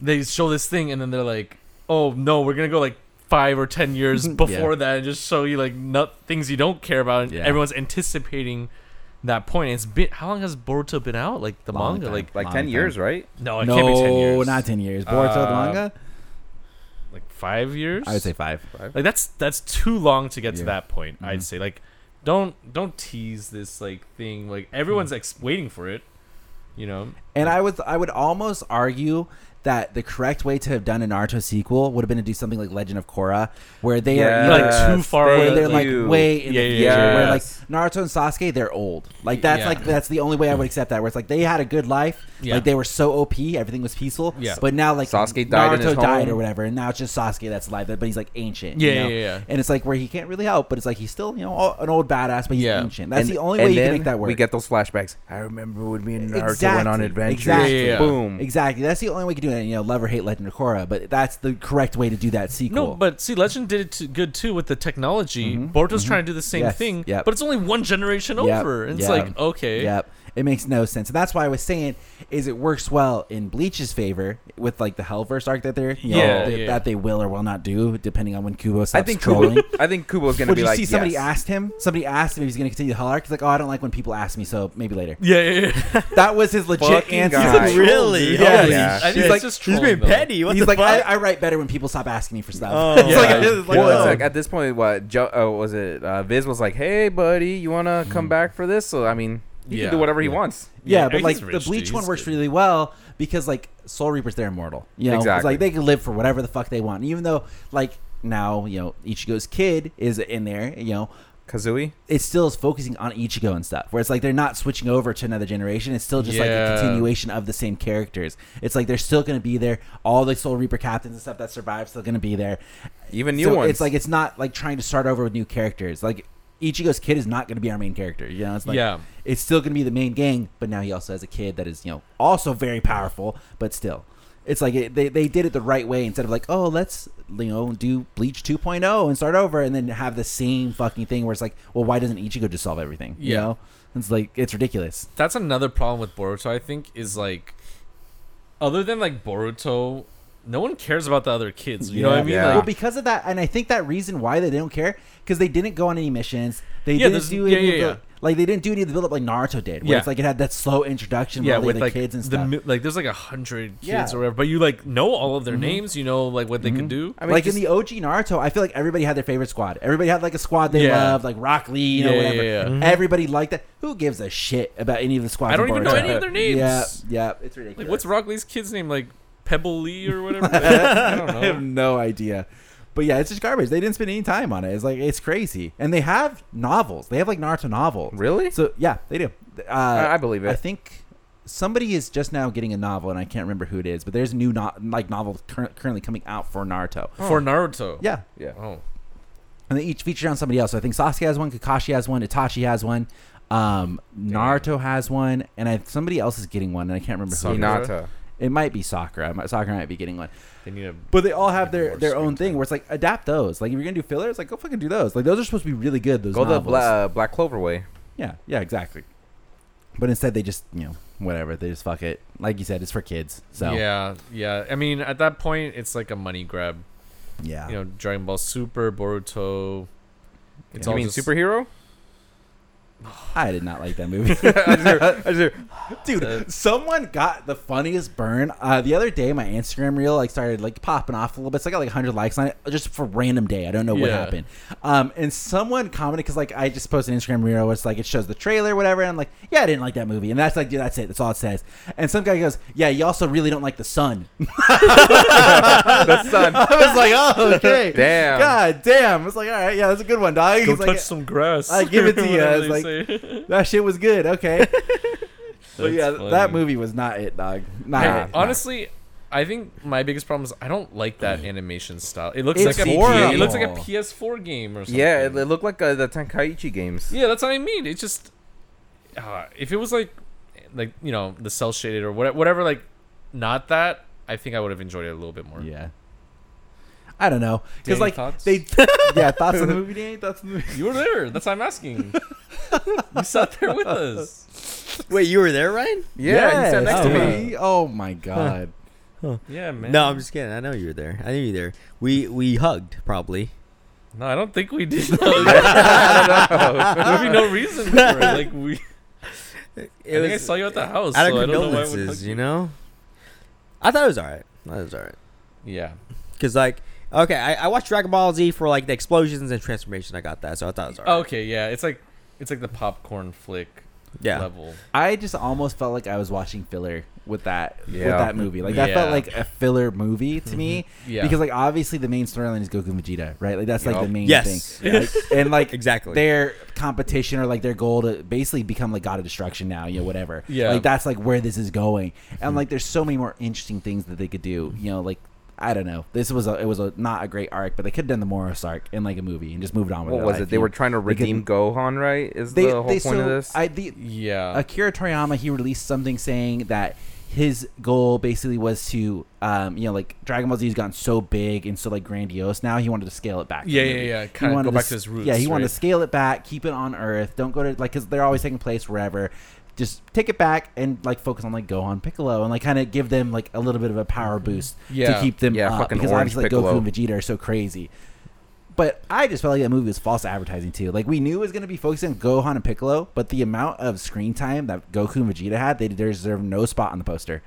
D: they show this thing and then they're like oh no we're gonna go like five or ten years before that and just show you like not things you don't care about and
B: Yeah.
D: everyone's anticipating that point it's been how long has boruto been out like the
B: Long
D: manga
B: time.
D: like
A: Like
B: Long
A: 10
B: time.
A: years, right?
D: no oh, it
B: no,
D: can't be 10 years
B: not ten years. Boruto the
A: Uh,
B: manga?
D: like five years
B: I would say five.
D: like that's that's too long to get to
B: Yeah. Mm-hmm.
D: that point i'd say like don't don't tease this like thing like everyone's
B: Mm.
D: ex- waiting for it you know
B: And I was I would almost argue that the correct way to have done an Naruto sequel would have been to do something like Legend of Korra, where they are
D: Like,
B: either-
D: too far
A: thank
B: where they're like
A: you.
B: way in
D: Yeah,
B: the
D: yeah,
B: future,
A: yeah.
B: where like
A: Yes.
B: Naruto and Sasuke, they're old. Like that's
D: Yeah.
B: like that's the only way I would accept that. Where it's like they had a good life,
D: Yeah.
B: like they were so OP, everything was peaceful.
D: Yeah.
B: But now like
A: Sasuke died in
B: Naruto
A: his
B: died
A: home.
B: or whatever, and now it's just Sasuke that's alive, but he's like ancient.
D: Yeah,
B: you know?
D: yeah, yeah.
B: And it's like where he can't really help, but it's like he's still you know an old badass, but he's
D: Yeah.
B: ancient. That's
A: And-
B: the only
A: and
B: way you
A: then
B: can make that work.
A: We get those flashbacks. I remember when me and Naruto went on
B: Exactly,
A: adventures.
B: exactly.
D: Yeah, yeah, yeah.
A: Boom.
B: Exactly. That's the only way you can do it. You know, love or hate Legend of Korra, but that's the correct way to do that sequel.
D: No, but see, Legend did it too, good too with the technology. Boruto's trying to do the same
B: Mm-hmm. Yes,
D: thing,
B: yep.
D: but it's only one generation
B: Yep,
D: over. And it's
B: yep,
D: like okay,
B: Yep. It makes no sense. And that's why I was saying is it works well in Bleach's favor with like the Hellverse arc that they're you know,
D: Yeah,
B: that-
D: yeah.
B: that they will or will not do depending on when Kubo stops
A: I think
B: trolling.
A: Kubo, I think Kubo's going to
B: Would
A: be
B: you
A: like,
B: see somebody
A: yes.
B: asked him? Somebody asked him if he's going to continue the Hell arc. He's like, "Oh, I don't like when people ask me, so maybe later."
D: yeah, yeah. yeah.
B: That was his legit
A: Fucking
B: answer.
A: guy.
B: He's like,
C: Really?
A: Yeah.
C: Holy
A: Yeah.
D: I think
C: shit.
D: it's just
C: he's
D: trolling,
C: being
D: though.
C: petty. What
B: He's
C: the
B: like, I,
C: fuck?
B: I write better when people stop asking me for stuff.
C: Oh,
B: it's like,
A: yeah.
B: it's like,
A: well, it's
B: oh.
A: like at this point, what jo- uh, was it? Uh, Viz was like, "Hey, buddy, you want to come back for this?" So I mean, he
D: Yeah.
A: can do whatever he wants.
B: Yeah,
D: Yeah,
B: but
D: he's
B: like
D: rich,
B: the
D: dude.
B: Bleach one
D: He's
B: works
D: good.
B: really well because like Soul Reapers, they're immortal. You know, it's
A: Exactly.
B: like they can live for whatever the fuck they want. And even though like now you know Ichigo's kid is in there, you know,
A: Kazooie.
B: it still is focusing on Ichigo and stuff. Where it's like they're not switching over to another generation. It's still just like a
D: Yeah.
B: continuation of the same characters. It's like they're still going to be there. All the Soul Reaper captains and stuff that survive still going to be there.
A: Even new
B: so
A: ones.
B: It's like it's not like trying to start over with new characters. Like Ichigo's kid is not going to be our main character. You know, it's like
D: Yeah.
B: it's still going to be the main gang, but now he also has a kid that is you know also very powerful, but still. It's like it, they, they did it the right way instead of like, oh, let's, you know, do Bleach 2.0 and start over and then have the same fucking thing where it's like, well, why doesn't Ichigo just solve everything? You
D: Yeah.
B: know? It's like, it's ridiculous.
D: That's another problem with Boruto. I think is like, other than like Boruto, no one cares about the other kids. You know what I mean?
A: Yeah.
D: Like,
B: well, because of that, and I think that reason why they don't care because they didn't go on any missions. They
D: Yeah,
B: didn't
D: there's-
B: do
D: yeah,
B: any
D: yeah,
B: of the, like they didn't do any of the build up like Naruto did. Where
D: Yeah.
B: it's like it had that slow introduction.
D: yeah,
B: with, all
D: with
B: the
D: like
B: other kids and
D: the
B: stuff.
D: mi- like, there's like a hundred kids
B: Yeah.
D: or whatever, but you like know all
B: Mm-hmm.
D: of their names. You know like what they can do.
A: I mean,
B: like
A: just-
B: in the OG Naruto, I feel like everybody had their favorite squad. Everybody had like a squad they
D: Yeah.
B: loved, like Rock Lee, you know,
D: Yeah, yeah,
B: whatever.
D: yeah.
A: Mm-hmm.
D: Mhm.
B: Everybody liked that. Who gives a shit about any of the squads?
D: I don't
B: in
D: even know
B: Boruto?
D: any of their names.
B: Yeah, yeah, it's ridiculous.
D: Like what's Rock Lee's kid's name? Like Pebble Lee or whatever. I don't know.
B: I have no idea. But yeah, it's just garbage. They didn't spend any time on it. It's like it's crazy. And they have novels. They have like Naruto novels.
A: really?
B: So yeah, they do. Uh,
A: I, I believe it.
B: I think somebody is just now getting a novel, and I can't remember who it is. But there's a new no- like novel cur- currently coming out for Naruto.
D: For Naruto.
B: Yeah,
A: yeah.
D: Oh.
B: and they each feature on somebody else. So I think Sasuke has one, Kakashi has one, Itachi has one, um, Naruto has one, and I, somebody else is getting one, and I can't remember who. it is.
A: Hinata.
B: It might be soccer. I might, soccer might be getting one,
D: They need a
B: but they all have their
D: More
B: their
D: screen
B: own thing where it's like adapt those. Like if you're gonna do fillers, like go fucking do those. Like those are supposed to be really good. Those
A: Go the
B: novels.
A: Bla- uh, Black Clover way.
B: Yeah, yeah, exactly. But instead, they just you know whatever. They just fuck it. Like you said, it's for kids. So
D: yeah, yeah. I mean, at that point, it's like a money grab.
B: yeah.
D: You know, Dragon Ball Super, Boruto. It's
A: you
D: all
A: mean
D: just-
A: superhero?
B: I did not like that movie.
A: I just hear- I just hear-
B: dude
D: Uh,
B: someone got the funniest burn uh, the other day my instagram reel like started like popping off a little bit so i got like 100 likes on it just for random day i don't know what
D: Yeah.
B: happened um, and someone commented because like i just posted an instagram reel where it's like it shows the trailer whatever and i'm like yeah i didn't like that movie and that's like dude, that's it that's all it says and some guy goes yeah you also really don't like the sun
A: the sun.
B: i was like oh okay
A: Damn.
B: god damn i was like all right yeah that's a good one dog
D: Go
B: He's
D: touch
B: like,
D: some grass.
B: I give it to you, I
D: Whatever
B: was
D: they
B: like-
D: say.
B: that shit was good okay but
D: That's
B: yeah
D: funny.
B: that movie was not it dog nah,
D: Hey,
B: nah.
D: honestly, I think my biggest problem is I don't like that animation style. It looks
B: It's
D: like a
B: horrible.
D: it looks like a PS4 game or something.
A: Yeah, it, it looked like uh, the Tenkaichi games.
D: yeah, that's what I mean. It just uh, if it was like like you know the cell shaded or whatever, whatever like not that. I think I would have enjoyed it a little bit more.
B: Yeah. I don't know
D: Danny
B: because like
D: thoughts?
B: they yeah thoughts on the movie. Danny, thoughts on the movie.
D: You were there. That's what I'm asking. you sat there with us.
C: Wait, you were there, Ryan?
A: Yeah, he sat next
B: Yes,
A: to
D: oh,
A: me.
D: yeah.
B: dude. Oh my god.
D: Yeah, man.
C: No, I'm just kidding. I know you were there. I knew you were there. We we hugged probably.
D: No, I don't think we did. There'd be no reason for it. Like we, I think I saw you at the house.
C: out of
D: so I don't know why I would hug
C: condolences,
D: you.
C: you know. I thought it was all right. I thought it was all right.
D: Yeah.
C: Cause like, okay, I, I watched Dragon Ball Z for like the explosions and transformation. I got that, so I thought it was all right.
D: Oh, Okay. Yeah. It's like it's like the popcorn flick
C: yeah.
D: level.
B: I just almost felt like I was watching filler with that with
A: Yeah.
B: that movie. Like that
D: Yeah. Mm-hmm.
B: felt like a filler movie to me
D: Yeah.
B: because like obviously the main storyline is Goku and Vegeta, right? Like that's like
A: Yup.
B: the main
C: Yes.
B: thing. Like, and like
C: Exactly.
B: their competition or like their goal to basically become like God of Destruction now, you know, whatever.
D: Yeah.
B: Like that's like where this is going.
A: Hmm.
B: And like there's so many more interesting things that they could do, you know, like I don't know. This was a it was a not a great arc, but they could have done the Moros arc in like a movie and just moved on with
A: What
B: their
A: was
B: life,
A: it? They
B: you
A: were
B: know?
A: trying to
B: They could-
A: redeem Gohan, right? Is
B: They,
A: the whole
B: they
A: point
B: so,
A: of this?
B: I the
D: yeah.
B: Akira Toriyama he released something saying that his goal basically was to um, you know like Dragon Ball Z has gotten so big and so like grandiose now he wanted to scale it back.
D: Yeah,
B: He
D: yeah, yeah.
B: wanted
D: Kinda go back to
B: s-
D: his roots,
B: Yeah, he wanted
D: right?
B: to scale it back, keep it on Earth. Don't go to like because they're always taking place wherever. Just take it back and like focus on like Gohan, Piccolo, and like kind of give them like a little bit of a power boost
D: Mm-hmm. Yeah.
B: to keep them
A: Yeah,
B: up
A: fucking
B: because
A: Orange
B: obviously like
A: Piccolo.
B: Goku and Vegeta are so crazy. But I just felt like that movie was false advertising too. Like we knew it was going to be focusing on Gohan and Piccolo, but the amount of screen time that Goku and Vegeta had, they deserve no spot on the poster.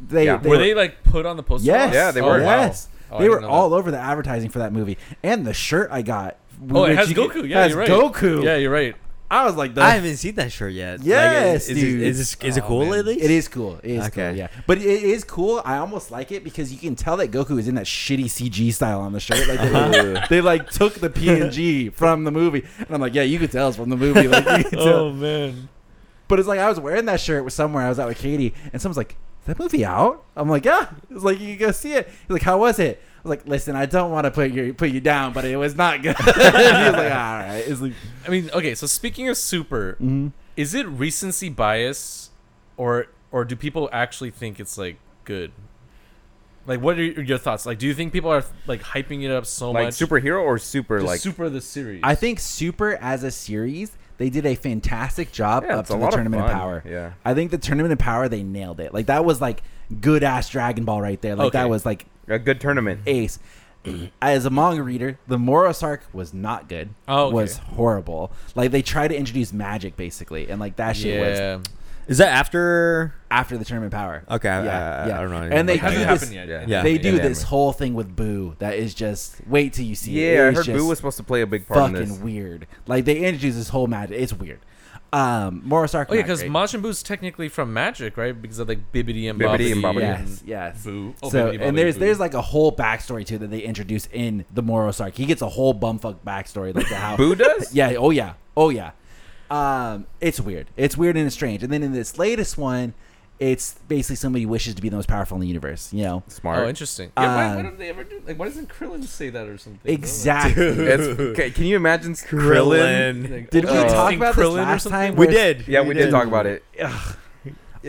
B: They,
A: Yeah.
B: they
D: were, they like put on the poster?
B: Yes.
D: box?
A: Yeah, they
D: Oh,
A: were.
D: wow.
B: Yes.
D: Oh, I
B: they
D: didn't
B: were
D: know
B: all over the advertising for that movie, and the shirt I got.
D: That. Oh, it
B: which
D: has
B: you can-
D: Goku. Yeah,
B: has
D: you're right.
B: Goku.
D: Yeah, you're right.
B: I was like, the,
C: I haven't seen that shirt yet.
B: Yes,
C: is, is,
B: dude.
C: It, is, it- is it
D: Oh,
C: cool
D: man.
C: at least?
B: It is cool. It is
C: Okay.
B: cool. Yeah, but it is cool. I almost like it because you can tell that Goku is in that shitty CG style on the shirt. Like they, they like took the PNG from the movie, and I'm like, yeah, you could tell it's from the movie. Like, you could tell.
D: Oh man.
B: But it's like I was wearing that shirt with somewhere I was out with Katie, and someone's like, "Is that movie out?" I'm like, "Yeah." It's like you can go see it. He's like, "How was it?" I was like, "Listen, I don't want to put you put you down, but it was not good." he was like, "All right." It's like,
D: I mean, okay. So speaking of Super,
B: Mhm.
D: is it recency bias, or or do people actually think it's like good? Like, what are your your thoughts? Like, do you think people are like hyping it up so
A: like
D: much?
A: superhero or super
D: Just
A: like
D: Super the series.
B: I think Super as a series, they did a fantastic job
A: Yeah,
B: up
A: it's
B: to
A: a
B: the
A: lot of
B: Tournament of,
A: fun.
B: Power.
A: Yeah.
B: I think the Tournament of Power they nailed it. Like that was like good ass Dragon Ball right there. Like that
D: Okay.
B: was like
A: a good tournament?
B: ace. As a manga reader, the Moros arc was not good.
D: Oh, okay.
B: was horrible. Like they tried to introduce magic basically, and like that shit was
D: yeah.
C: Is that after?
B: after the tournament power.
C: Okay, I- I- I don't know anything
B: And they
C: about
B: do
D: Hasn't
C: that.
B: this.
D: happened yet.
A: Yeah.
C: Yeah.
B: They do
A: Yeah.
B: this whole thing with Boo that is just wait till you see. it.
A: Yeah, I
B: It is
A: heard
B: just
A: Boo was supposed to play a big part in this.
B: fucking weird. Like they introduce this whole magic. It's weird. Um, Morris Arc.
D: Oh yeah,
B: not
D: because
B: great.
D: Majin Buu's technically from Magic, right? Because of like Bibbidi and Bobbidi.
A: Bibbidi and Bobbidi.
B: yes, yes.
D: Boo. Oh,
B: so
D: Bibbidi
B: and
D: Bobbidi
B: there's
D: Boo.
B: there's like a whole backstory too that they introduce in the Moros arc. He gets a whole bumfuck backstory like to how
A: Boo does?
B: Yeah. Oh yeah. Oh yeah. Um, it's weird. It's weird and it's strange. And then in this latest one, it's basically somebody wishes to be the most powerful in the universe. You know.
A: Smart.
D: Oh, interesting. Yeah, why, why
B: Um,
D: don't they ever do? Like, why doesn't Krillin say that or something?
B: Exactly.
A: It's- okay, can you imagine Krillin?
D: Like,
B: Did we
D: oh,
B: talk
D: interesting
B: about this
D: Krillin or
B: last
D: something?
B: time?
C: We
B: Where-
C: did.
A: Yeah, we did talk about it.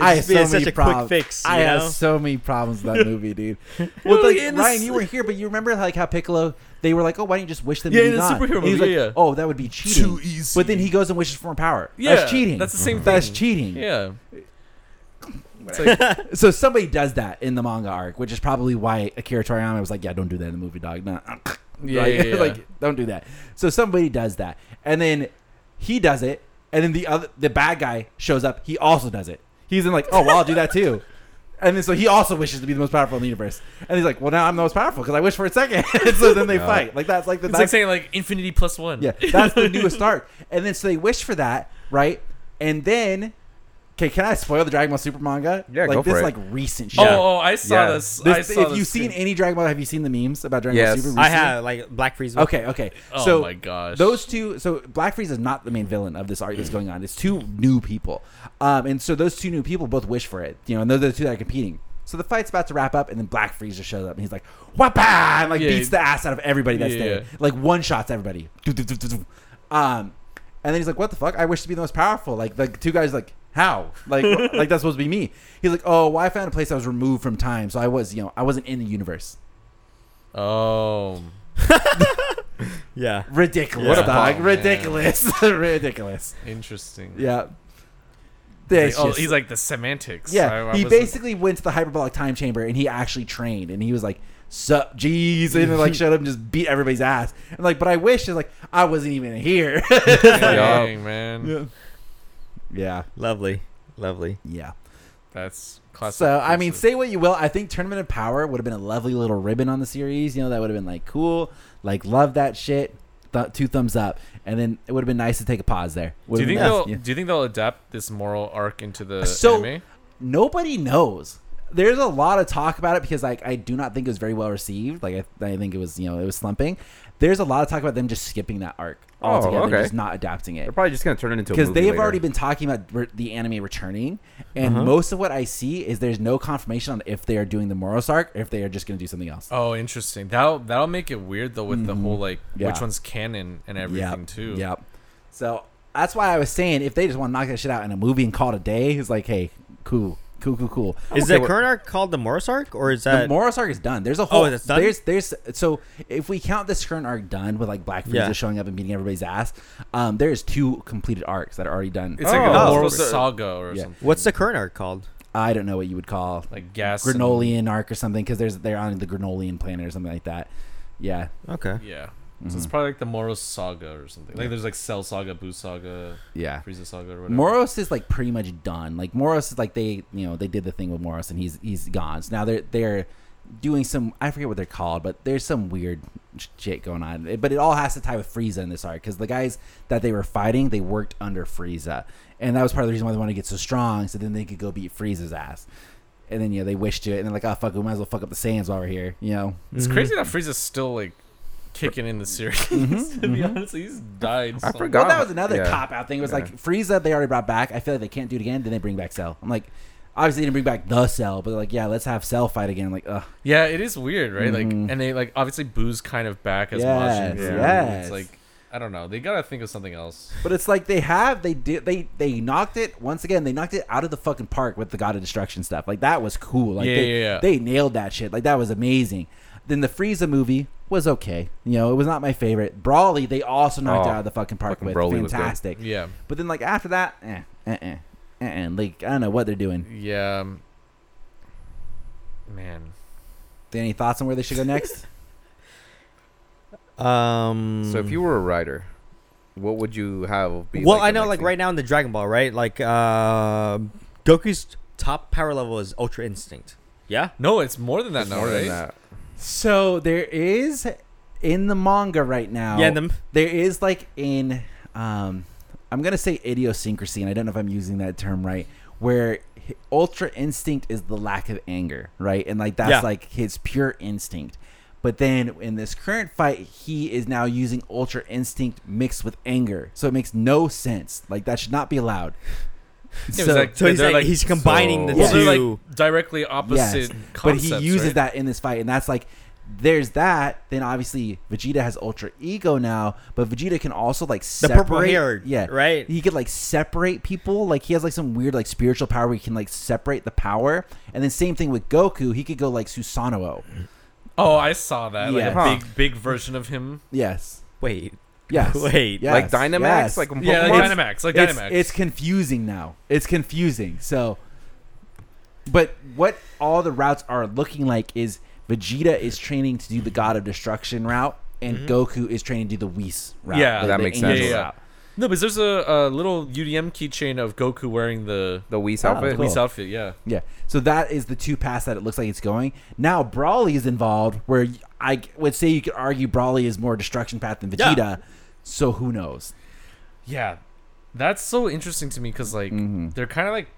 C: I
B: I have
C: just be
B: so
C: such
B: many
C: a
B: problems.
C: quick fix. You
B: I
C: know?
B: have so many problems with that movie, dude. Well,
D: Well,
B: like,
D: in the
B: Ryan,
D: s-
B: you were here, but you remember like how Piccolo? They were like, "Oh, why don't you just wish them?"
D: Yeah,
B: to be
D: in the
B: gone?
D: superhero
B: And he's
D: movie,
B: like,
D: yeah.
B: Oh, that would be cheating.
C: Too easy.
B: But then he goes and wishes for more power.
D: Yeah,
B: that's cheating.
D: that's the same
B: That's
D: thing.
B: cheating.
D: Yeah. It's like-
B: So somebody does that in the manga arc, which is probably why Akira Toriyama was like, "Yeah, don't do that in the movie, dog. Nah.
D: Yeah,
B: like,
D: yeah, yeah.
B: like, don't do that." So somebody does that, and then he does it, and then the other the bad guy shows up. He also does it. He's in like, "Oh, well, I'll do that too." And then so he also wishes to be the most powerful in the universe, and he's like, "Well, now I'm the most powerful because I wish for a second. so then they
A: Yeah.
B: fight. Like that's like the
D: it's
B: that's-
D: like saying like infinity plus one.
B: yeah, that's the newest arc. And then so they wish for that, right? And then, okay, can I spoil the Dragon Ball Super manga?
A: Yeah,
B: like
A: go
B: this
A: for
B: is
A: it.
B: like recent shit.
D: Oh, oh, I saw
A: Yeah.
D: this. I
B: This,
D: saw
B: if
D: this
B: you've seen
D: too.
B: any Dragon Ball, have you seen the memes about Dragon
A: Yes.
B: Ball Super?
C: I
B: recently?
C: have like Black Freeze.
B: Okay, okay.
D: Oh
B: so
D: my gosh.
B: those two. So Black Freeze is not the main villain of this arc
D: Mm.
B: that's going on. It's two new people, um, and so those two new people both wish for it. You know, and those are the two that are competing. So the fight's about to wrap up, and then Black Freeze just shows up, and he's like, "Wapa!" and like
D: Yeah.
B: beats the ass out of everybody that's
D: Yeah.
B: there, like one shots everybody. Do, do, do, do, do. Um, and then he's like, "What the fuck? I wish to be the most powerful." Like the two guys, like how? Like like that's supposed to be me. He's like, "Oh, well, I found a place I was removed from time, so I was, you know, I wasn't in the universe."
D: Oh.
C: Yeah.
B: Ridiculous,
C: What a
B: dog.
D: problem,
B: Ridiculous. Ridiculous.
D: Interesting.
B: Yeah.
D: He's
B: It's
D: like, oh,
B: just-
D: he's like the semantics. I-
B: yeah.
D: I
B: he
D: wasn't-
B: basically went to the hyperbolic time chamber and he actually trained and he was like, "Sup, jeez," and then like showed up and just beat everybody's ass. And like, but I wish is like I wasn't even here.
D: Dang, man.
B: yeah,
C: Lovely. Lovely.
B: yeah.
D: That's classic.
B: So I mean,
D: Pixar.
B: say what you will, I think Tournament of Power would have been a lovely little ribbon on the series. You know, that would have been like cool, like love that shit. Th- two thumbs up, and then it would have been nice to take a pause there.
D: do
B: Would've
D: you
B: been
D: think
B: nice,
D: they'll
B: yeah.
D: do you think they'll adapt this moral arc into the
B: So-
D: anime?
B: nobody knows. There's a lot of talk about it because like I do not think it was very well received. Like I, I think it was you know it was slumping. There's a lot of talk about them just skipping that arc
A: Oh,
B: altogether, and
A: okay.
B: just not adapting it
A: They're probably just gonna turn it into
B: because
A: because
B: they've
A: later. Uh-huh.
B: already been talking about re- the anime returning, and most of what I see is there's no confirmation on if they are doing the Moros arc or if they are just going to do something else.
D: Oh, interesting. That'll that'll make it weird though with the whole like
B: Mm-hmm. Yeah.
D: which one's canon and everything too.
B: Yep. So that's why I was saying if they just want to knock that shit out in a movie and call it a day, it's like hey, cool, cool, cool, cool.
C: Is
A: okay
C: the
A: with-
C: current arc called the Morris arc, or is
B: the
C: that Oh,
B: Moros arc is done. There's a whole.
C: that's done?
B: There's there's so if we count this current arc done with like Black Frieza
C: Yeah.
B: showing up and beating everybody's ass, um, there's two completed arcs that are already done.
D: It's like
A: Oh.
D: a moral
A: Oh.
D: saga or
B: Yeah.
D: something.
C: what's the current arc called?
B: I don't know what you would call
D: Like gas and-
B: Grenolian arc or something because there's they're on the Grenolian planet or something like that. Yeah,
C: Okay.
D: yeah. So it's probably like the Moros saga or something. Like there's like Cell saga, Boo saga,
B: yeah.
D: Frieza saga or whatever.
B: Moros is like pretty much done. Like Moros is like they you know they did the thing with Moros and he's he's gone. So now they're they're doing some I forget what they're called, but there's some weird sh- shit going on. It- But it all has to tie with Frieza in this arc because the guys that they were fighting they worked under Frieza, and that was part of the reason why they wanted to get so strong, so then they could go beat Frieza's ass. And then you know they wished it, and they're like, oh fuck, we might as well fuck up the Saiyans while we're here, you know.
D: It's crazy that Frieza's still like kicking in the series. to be honest, he's died.
A: I
D: so-
A: forgot.
B: Well, that was another
A: Yeah.
B: cop out thing. It was
A: Yeah.
B: like Frieza, they already brought back. I feel like they can't do it again. Then they bring back Cell. I'm like, obviously they didn't bring back the Cell, but like, yeah, let's have Cell fight again. I'm like, ugh,
D: Yeah, it is weird, right?
B: Mhm.
D: Like, and they like obviously booze kind of back as
B: Yes,
D: Majin Buu.
B: yes.
D: It's like I don't know. They gotta think of something else.
B: but it's like they have they did they they knocked it once again. They knocked it out of the fucking park with the God of Destruction stuff. Like that was cool. Like
D: Yeah,
B: they,
D: yeah, yeah.
B: they nailed that shit. Like that was amazing. Then the Frieza movie was okay. You know, it was not my favorite. Brawly, they also knocked it
A: Oh,
B: out of the fucking park
A: fucking
B: with.
A: Broly was good.
B: Fantastic.
D: Yeah,
B: But then like after that, eh, eh, eh, eh, eh. Like I don't know what they're doing.
D: yeah. um, Man,
B: Any thoughts on where they should go next?
C: Um.
A: So if you were a writer, what would you have? Be
C: well,
A: the
C: I know
A: next
C: like
A: thing?
C: right now in the Dragon Ball, right? Like uh, Goku's top power level is Ultra Instinct. Yeah.
D: no, it's more than that now,
A: More than
D: right?
A: that.
B: So there is in the manga right now.
C: Yeah. And then
B: there is like in um, I'm gonna say idiosyncrasy, and I don't know if I'm using that term right. Where hi- ultra instinct is the lack of anger, right? And like that's
C: Yeah.
B: like his pure instinct. But then in this current fight, he is now using ultra instinct mixed with anger, so it makes no sense. Like that should not be allowed.
D: Yeah, it was
B: So-
D: like-
C: so he's
D: They're
C: like,
D: like-
C: he's combining
A: so-
C: the
D: Well,
B: Yeah.
D: they're
C: two.
D: like directly opposite.
B: but he
D: concepts,
B: uses
D: right?
B: that in this fight, and that's like there's that. Then obviously Vegeta has alter ego now, but Vegeta can also like
C: The
B: separate.
C: purple hair,
B: yeah,
C: right?
B: He could like separate people. Like he has like some weird like spiritual power where he can like separate the power. And then same thing with Goku. He could go like Susanoo.
D: Oh, I saw that. Like
B: Yeah.
D: a
A: Huh.
D: big, big version of him.
B: Yes.
C: Wait,
B: Yes.
C: wait.
B: Yes.
A: like Dynamax,
B: Yes.
A: like in
D: Yeah,
A: Pokemon?
D: like Dynamax. Like
B: it's,
D: Dynamax.
B: it's confusing now. It's confusing. So, but what all the routes are looking like is Vegeta is training to do the God of Destruction route, and Goku is training to do the Whis route.
D: Mm-hmm. Yeah,
B: the-
A: that
B: the
A: makes
B: angel
A: sense.
D: Yeah, yeah.
B: route.
D: no, because there's a, a little UDM keychain of Goku wearing the
A: the Whis
B: Oh,
A: outfit.
B: cool.
D: police outfit. Yeah.
B: Yeah. So that is the two paths that it looks like it's going. Now Brawly is involved, where y- I would say you could argue Brawly is more destruction path than
C: Yeah.
B: Vegeta. So who knows?
D: Yeah, that's so interesting to me because like
B: Mhm.
D: they're kind of like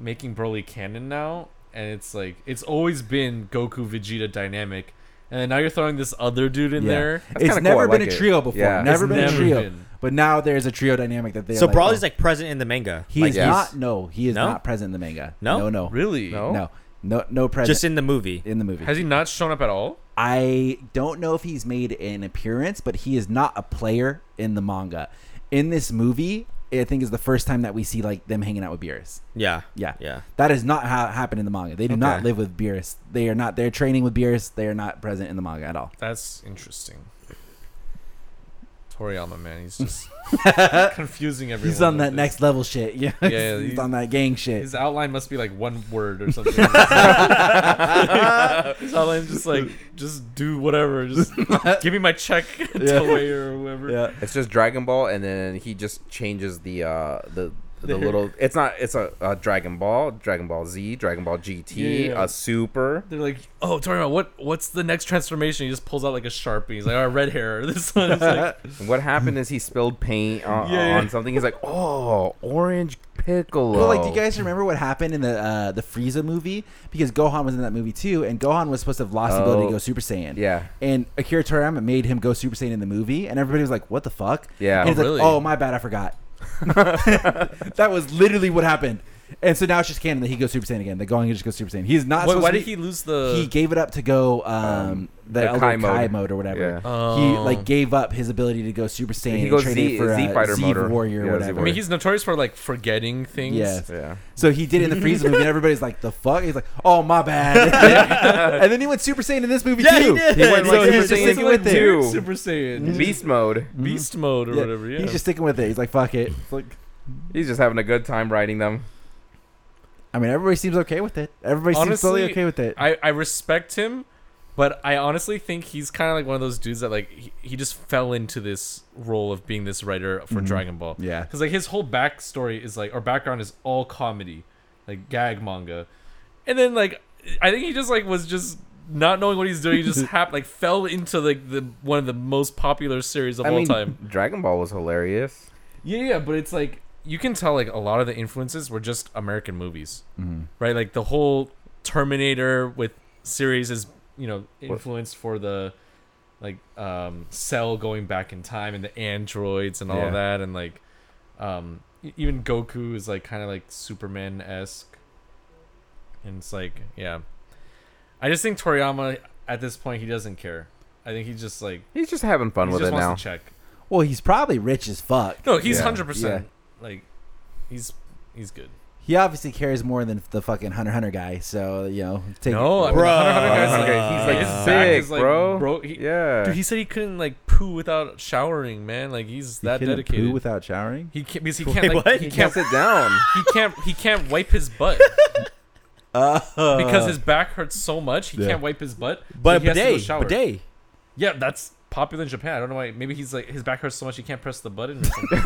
D: making Broly canon now, and it's like it's always been Goku Vegeta dynamic, and then now you're throwing this other dude in
B: Yeah.
D: there.
A: That's
B: it's
A: kinda cool.
B: never
A: I
B: been
A: like
B: a
A: it.
B: trio before.
A: Yeah.
B: Never
D: It's
B: been
D: never
B: a trio.
D: been.
B: But now there's a trio dynamic that they.
C: So
B: like,
C: Brawly's
B: oh.
C: like present in the manga.
B: He
C: like,
B: is
A: yes.
B: not. No, he is
C: No?
B: not present in the manga.
C: No?
B: no, no,
D: Really?
A: No?
B: no, no, no present
C: just in the movie.
B: in, the movie.
D: Has he not shown up at all?
B: I don't know if he's made an appearance, but he is not a player in the manga. In this movie, I think is the first time that we see like them hanging out with Beerus.
C: Yeah.
B: Yeah,
C: Yeah.
B: That is not how it happened in the manga. They do not
A: Okay.
B: live with Beerus. They are not. They're training with Beerus. They are not present in the manga at all.
D: That's interesting. Toriyama, man, he's just confusing everyone.
B: He's on
D: with
B: that
D: this.
B: next level shit. Yeah,
D: yeah,
B: he's,
D: he's-
B: on that gang shit.
D: His outline must be like one word or something. His outline's just like, just do whatever. Just give me my check to
B: Yeah.
D: Toei or whoever.
B: Yeah,
A: It's just Dragon Ball, and then he just changes the uh the the
D: The-
A: little. It's not. It's a, a Dragon Ball, Dragon Ball Z, Dragon Ball GT,
D: Yeah.
A: a Super.
D: They're like, oh, Toriyama, what what's the next transformation? He just pulls out like a sharpie. He's like, all right, red hair. This one. It's like,
A: And what happened is he spilled paint on,
D: Yeah, yeah.
A: on something. He's like, oh, orange piccolo.
B: Well, like, do you guys remember what happened in the uh, the Frieza movie? Because Gohan was in that movie too, and Gohan was supposed to have lost the ability
A: Oh.
B: to go Super Saiyan.
A: Yeah.
B: And Akira Toriyama made him go Super Saiyan in the movie, and everybody was like, "What the fuck?"
A: Yeah.
B: And he's
D: Oh,
B: like,
D: really?
B: "Oh, my bad, I forgot." that was literally what happened. And so now it's just canon that he goes Super Saiyan again. That Gohan just goes Super Saiyan. He's not.
D: wait,
B: supposed
D: why
B: to
D: did
B: be-
D: he uh, lose the?
B: he gave it up to go um,
A: Um,
B: the,
A: the
B: Elder Kai
A: Kai
B: mode.
A: mode.
B: or whatever.
A: Yeah.
B: He
D: Oh.
B: like gave up his ability to go Super Saiyan.
A: goes
B: and traded
A: Z-
B: for,
A: Z
B: uh,
A: Fighter
B: Z
A: motor. Yeah,
B: Warrior or
A: Z
B: whatever.
D: I mean, he's notorious for like forgetting things.
B: Yes.
A: Yeah.
B: So he did it in the Frieza movie, and everybody's like, "The fuck?" He's like, "Oh my bad." and then he went Super Saiyan in this movie
C: Yeah, he
B: too.
C: did.
A: He went
B: So
A: like
B: he's
A: Super
B: just
A: Saiyan
B: sticking with it.
A: too.
D: Super Saiyan,
A: Beast mode.
D: beast mode or
B: Yeah,
D: whatever. Yeah.
B: He's just sticking with it. He's like, "Fuck it." It's like,
A: He's just having a good time writing them.
B: I mean, everybody seems okay with it. Everybody seems totally
D: Honestly,
B: okay with it.
D: I, I respect him, but I honestly think he's kind of like one of those dudes that like he, he just fell into this role of being this writer
A: Mm-hmm.
D: for Dragon Ball.
B: yeah.
D: Because like his whole backstory is like, or background is all comedy, like gag manga, and then like I think he just like was just not knowing what he's doing. He just hap- like fell into like the one of the most popular series of
A: I
D: all
A: mean,
D: time.
A: Dragon Ball was hilarious.
D: Yeah, yeah, but it's like you can tell like a lot of the influences were just American movies,
A: Mm-hmm.
D: right? Like the whole Terminator with series is you know influenced for the like um Cell going back in time and the androids and all
A: Yeah.
D: that, and like um e- even Goku is like kind of like Superman esque, and it's like yeah, I just think Toriyama at this point he doesn't care. I think he's just like
A: He's just having fun
D: he
A: with
D: just
A: it
D: wants
A: now.
D: to check.
B: well, he's probably rich as fuck.
D: No, he's
A: Yeah,
D: hundred percent. Like, he's he's good.
B: He obviously cares more than the fucking Hunter x Hunter guy. So you know, take
D: No, I mean,
C: Bruh.
D: Hunter x Hunter guy's like,
A: Okay, he's like
D: his
A: sick,
D: back is like
A: bro.
D: bro- he-
A: yeah.
D: dude, he said he couldn't like poo without showering, man. Like he's that
B: couldn't
D: dedicated.
B: poo without showering.
D: he can't because he
C: Wait,
D: can't like,
C: what?
D: he
A: He can't
D: can't
A: sit down.
D: he can't he can't wipe his butt because his back hurts so much he
B: Yeah.
D: can't wipe his butt. so
C: But
D: he has to go
C: bidet,
D: shower.
C: bidet.
D: Yeah, that's popular in Japan. I don't know why. Maybe he's like his back hurts so much he can't press the button. Or something.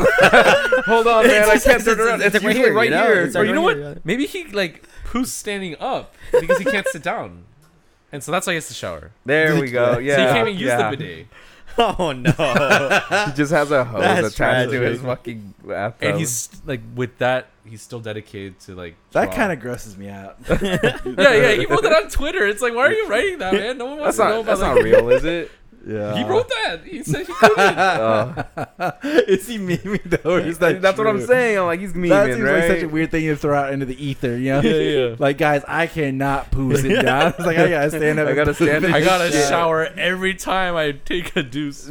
A: Hold on, man. I can't
C: It's-
A: turn
C: it's-
A: around. It's,
C: it's right
A: usually
C: here,
A: right
C: you know?
A: here.
C: It's
D: or you know
C: right
D: what?
C: here, yeah.
D: Maybe he like poos standing up because he can't sit down, and so that's why he has to shower.
A: There we go.
D: So
A: Yeah.
D: he can't even use
A: yeah.
D: the bidet.
C: Oh no.
A: He just has a hose
C: That's
A: attached to his
C: tragic.
A: fucking bathtub.
D: and he's like with that he's still dedicated to like
B: That kind of grosses me out.
D: of yeah yeah he wrote that on twitter it's like why are you writing that man no one wants
A: that's
D: to
A: not
D: know about
A: that's
D: like,
A: not real, is it?
B: Yeah.
D: He wrote that. He said he couldn't.
A: Uh,
B: is he memeing though? Or is that
A: that's what I'm
B: true?
A: saying. I'm like he's memeing,
B: That seems
A: right?
B: like such a weird thing to throw out into the ether, you know?
D: Yeah, yeah.
B: Like, guys, I cannot poo sit down. It's like I gotta stand up.
A: I gotta stand.
D: I gotta
A: Yeah.
D: shower every time I take a deuce.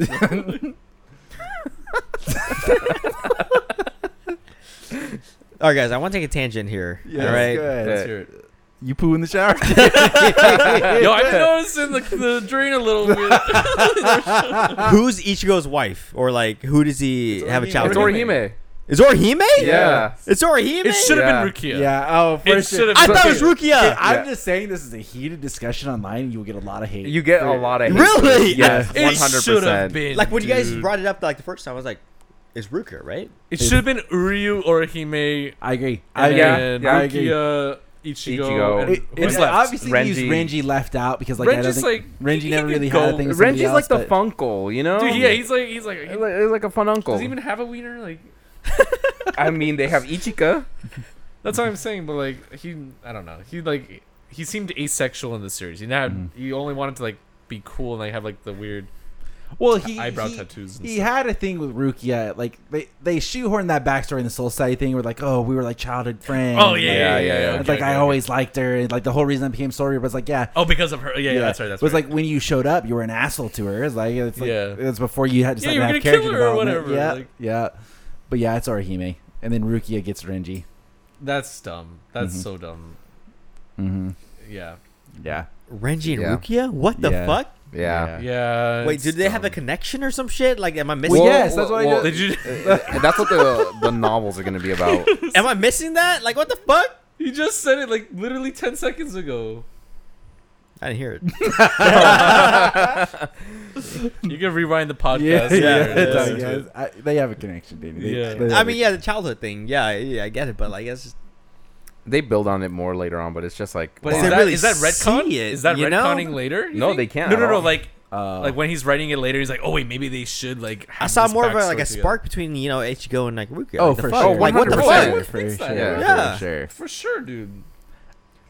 C: All right, guys, I want to take a tangent here.
B: Yeah,
C: all right.
B: good.
A: Yeah.
D: Let's hear it.
B: uh, You poo in the shower.
D: Yo, I've been noticing the, the drain a little bit.
C: Who's Ichigo's wife, or like who does he have a
D: Orihime.
C: child?
A: It's
C: with?
A: Orihime.
C: It's Orihime.
A: Yeah.
C: It's Orihime.
D: It should have
A: Yeah.
D: been Rukia.
B: yeah. Oh, for
D: It
B: sure.
D: should have.
C: I thought it was Rukia.
B: Okay, I'm
A: Yeah.
B: just saying this is a heated discussion online. and You will get a lot of hate.
A: You get a lot of hate.
C: Really?
A: Yes, one
D: It
A: hundred
D: should have
A: percent.
D: been.
C: Like when you guys
D: dude.
C: brought it up, like the first time, I was like, "It's Rukia, right?"
D: it should have been Uryu or Hime
B: I agree. I
D: and
B: agree.
A: yeah,
D: then
A: yeah, I
B: agree.
D: Rukia, Ichigo.
A: Ichigo.
D: And
B: It,
D: who's
B: it's
D: left?
B: obviously they
A: Renji.
B: used Renji left out because like I don't
D: Renji's
B: think
D: like
B: Renji
D: he
B: never
D: can
B: really
D: go.
B: had a thing. With somebody
A: Renji's like the
B: else, but-
A: fun uncle, you know?
D: Dude, yeah, he's like he's like. he-
A: He's like, he's like a fun uncle.
D: does he even have a wiener? Like
A: I mean, they have Ichika.
D: that's what I'm saying. But like he, I don't know. He like he seemed asexual in the series. He not.
B: Mhm.
D: He only wanted to like be cool and like have like the weird.
B: Well, he
D: eyebrow
B: he,
D: tattoos and
B: he had a thing with Rukia. Like they they shoehorned that backstory in the Soul Society thing. Where like, oh, we were like childhood friends.
D: Oh yeah, yeah, yeah.
A: yeah,
D: yeah,
A: yeah.
D: okay,
B: It's like
D: okay,
B: I
D: okay.
B: always liked her, and like the whole reason I became Soul Reaper was like, yeah,
D: Oh, because of her. Yeah, yeah. That's right. That's
B: was
D: right.
B: like when you showed up, you were an asshole to her. It's like it's like
D: Yeah.
B: it's before you had
D: Yeah,
B: decided
D: you were gonna
B: to have character
D: kill her or
B: development.
D: whatever,
B: Yeah,
D: like-
B: yeah. But yeah, it's Orihime, and then Rukia gets Renji.
D: That's dumb. That's
B: Mhm.
D: so dumb.
B: Mm-hmm.
D: Yeah.
B: Yeah,
C: Renji and
A: Yeah.
C: Rukia. What the
B: Yeah.
C: fuck?
A: Yeah.
D: Yeah.
C: Wait,
D: it's
C: did they have a
D: dumb.
C: connection or some shit? Like, am I missing?
B: Well, yes, that's what I
A: well,
B: did.
D: Did you?
A: uh, that's what the the novels are going to be about.
C: Am I missing that? Like, what the fuck?
D: You just said it like literally ten seconds ago.
C: I didn't hear it.
D: You can rewind the podcast.
B: yeah,
D: later.
B: yeah.
D: That's
B: I
C: yeah.
D: it.
B: guess. I, they have a connection, Danny. They-
D: Yeah.
B: they have
C: I
B: a-
C: mean, yeah, the childhood thing. Yeah, yeah, I get it, but like, that's just,
A: They build on it more later on, but it's just like
D: But is
A: wow.
C: They
D: that,
C: really
D: is that retcon?
C: see it,
D: Is that
C: you know?
D: retconning later? you
A: No,
D: think?
A: they can't
D: No,
A: at
D: no, no.
A: all.
D: Like,
B: Uh,
D: like when he's writing it later, he's like, "Oh wait, maybe they should like."
C: I
D: have
C: saw
D: this
C: more of a, like a
D: backstory
C: spark between you know Ichigo and like Rukia.
B: oh,
C: like, the
B: for
C: fuck?
B: sure.
C: Like, what the
A: 100%.
C: fuck?
B: For sure.
D: Who thinks that?
A: yeah,
C: Yeah.
A: for sure.
D: together. for sure, dude.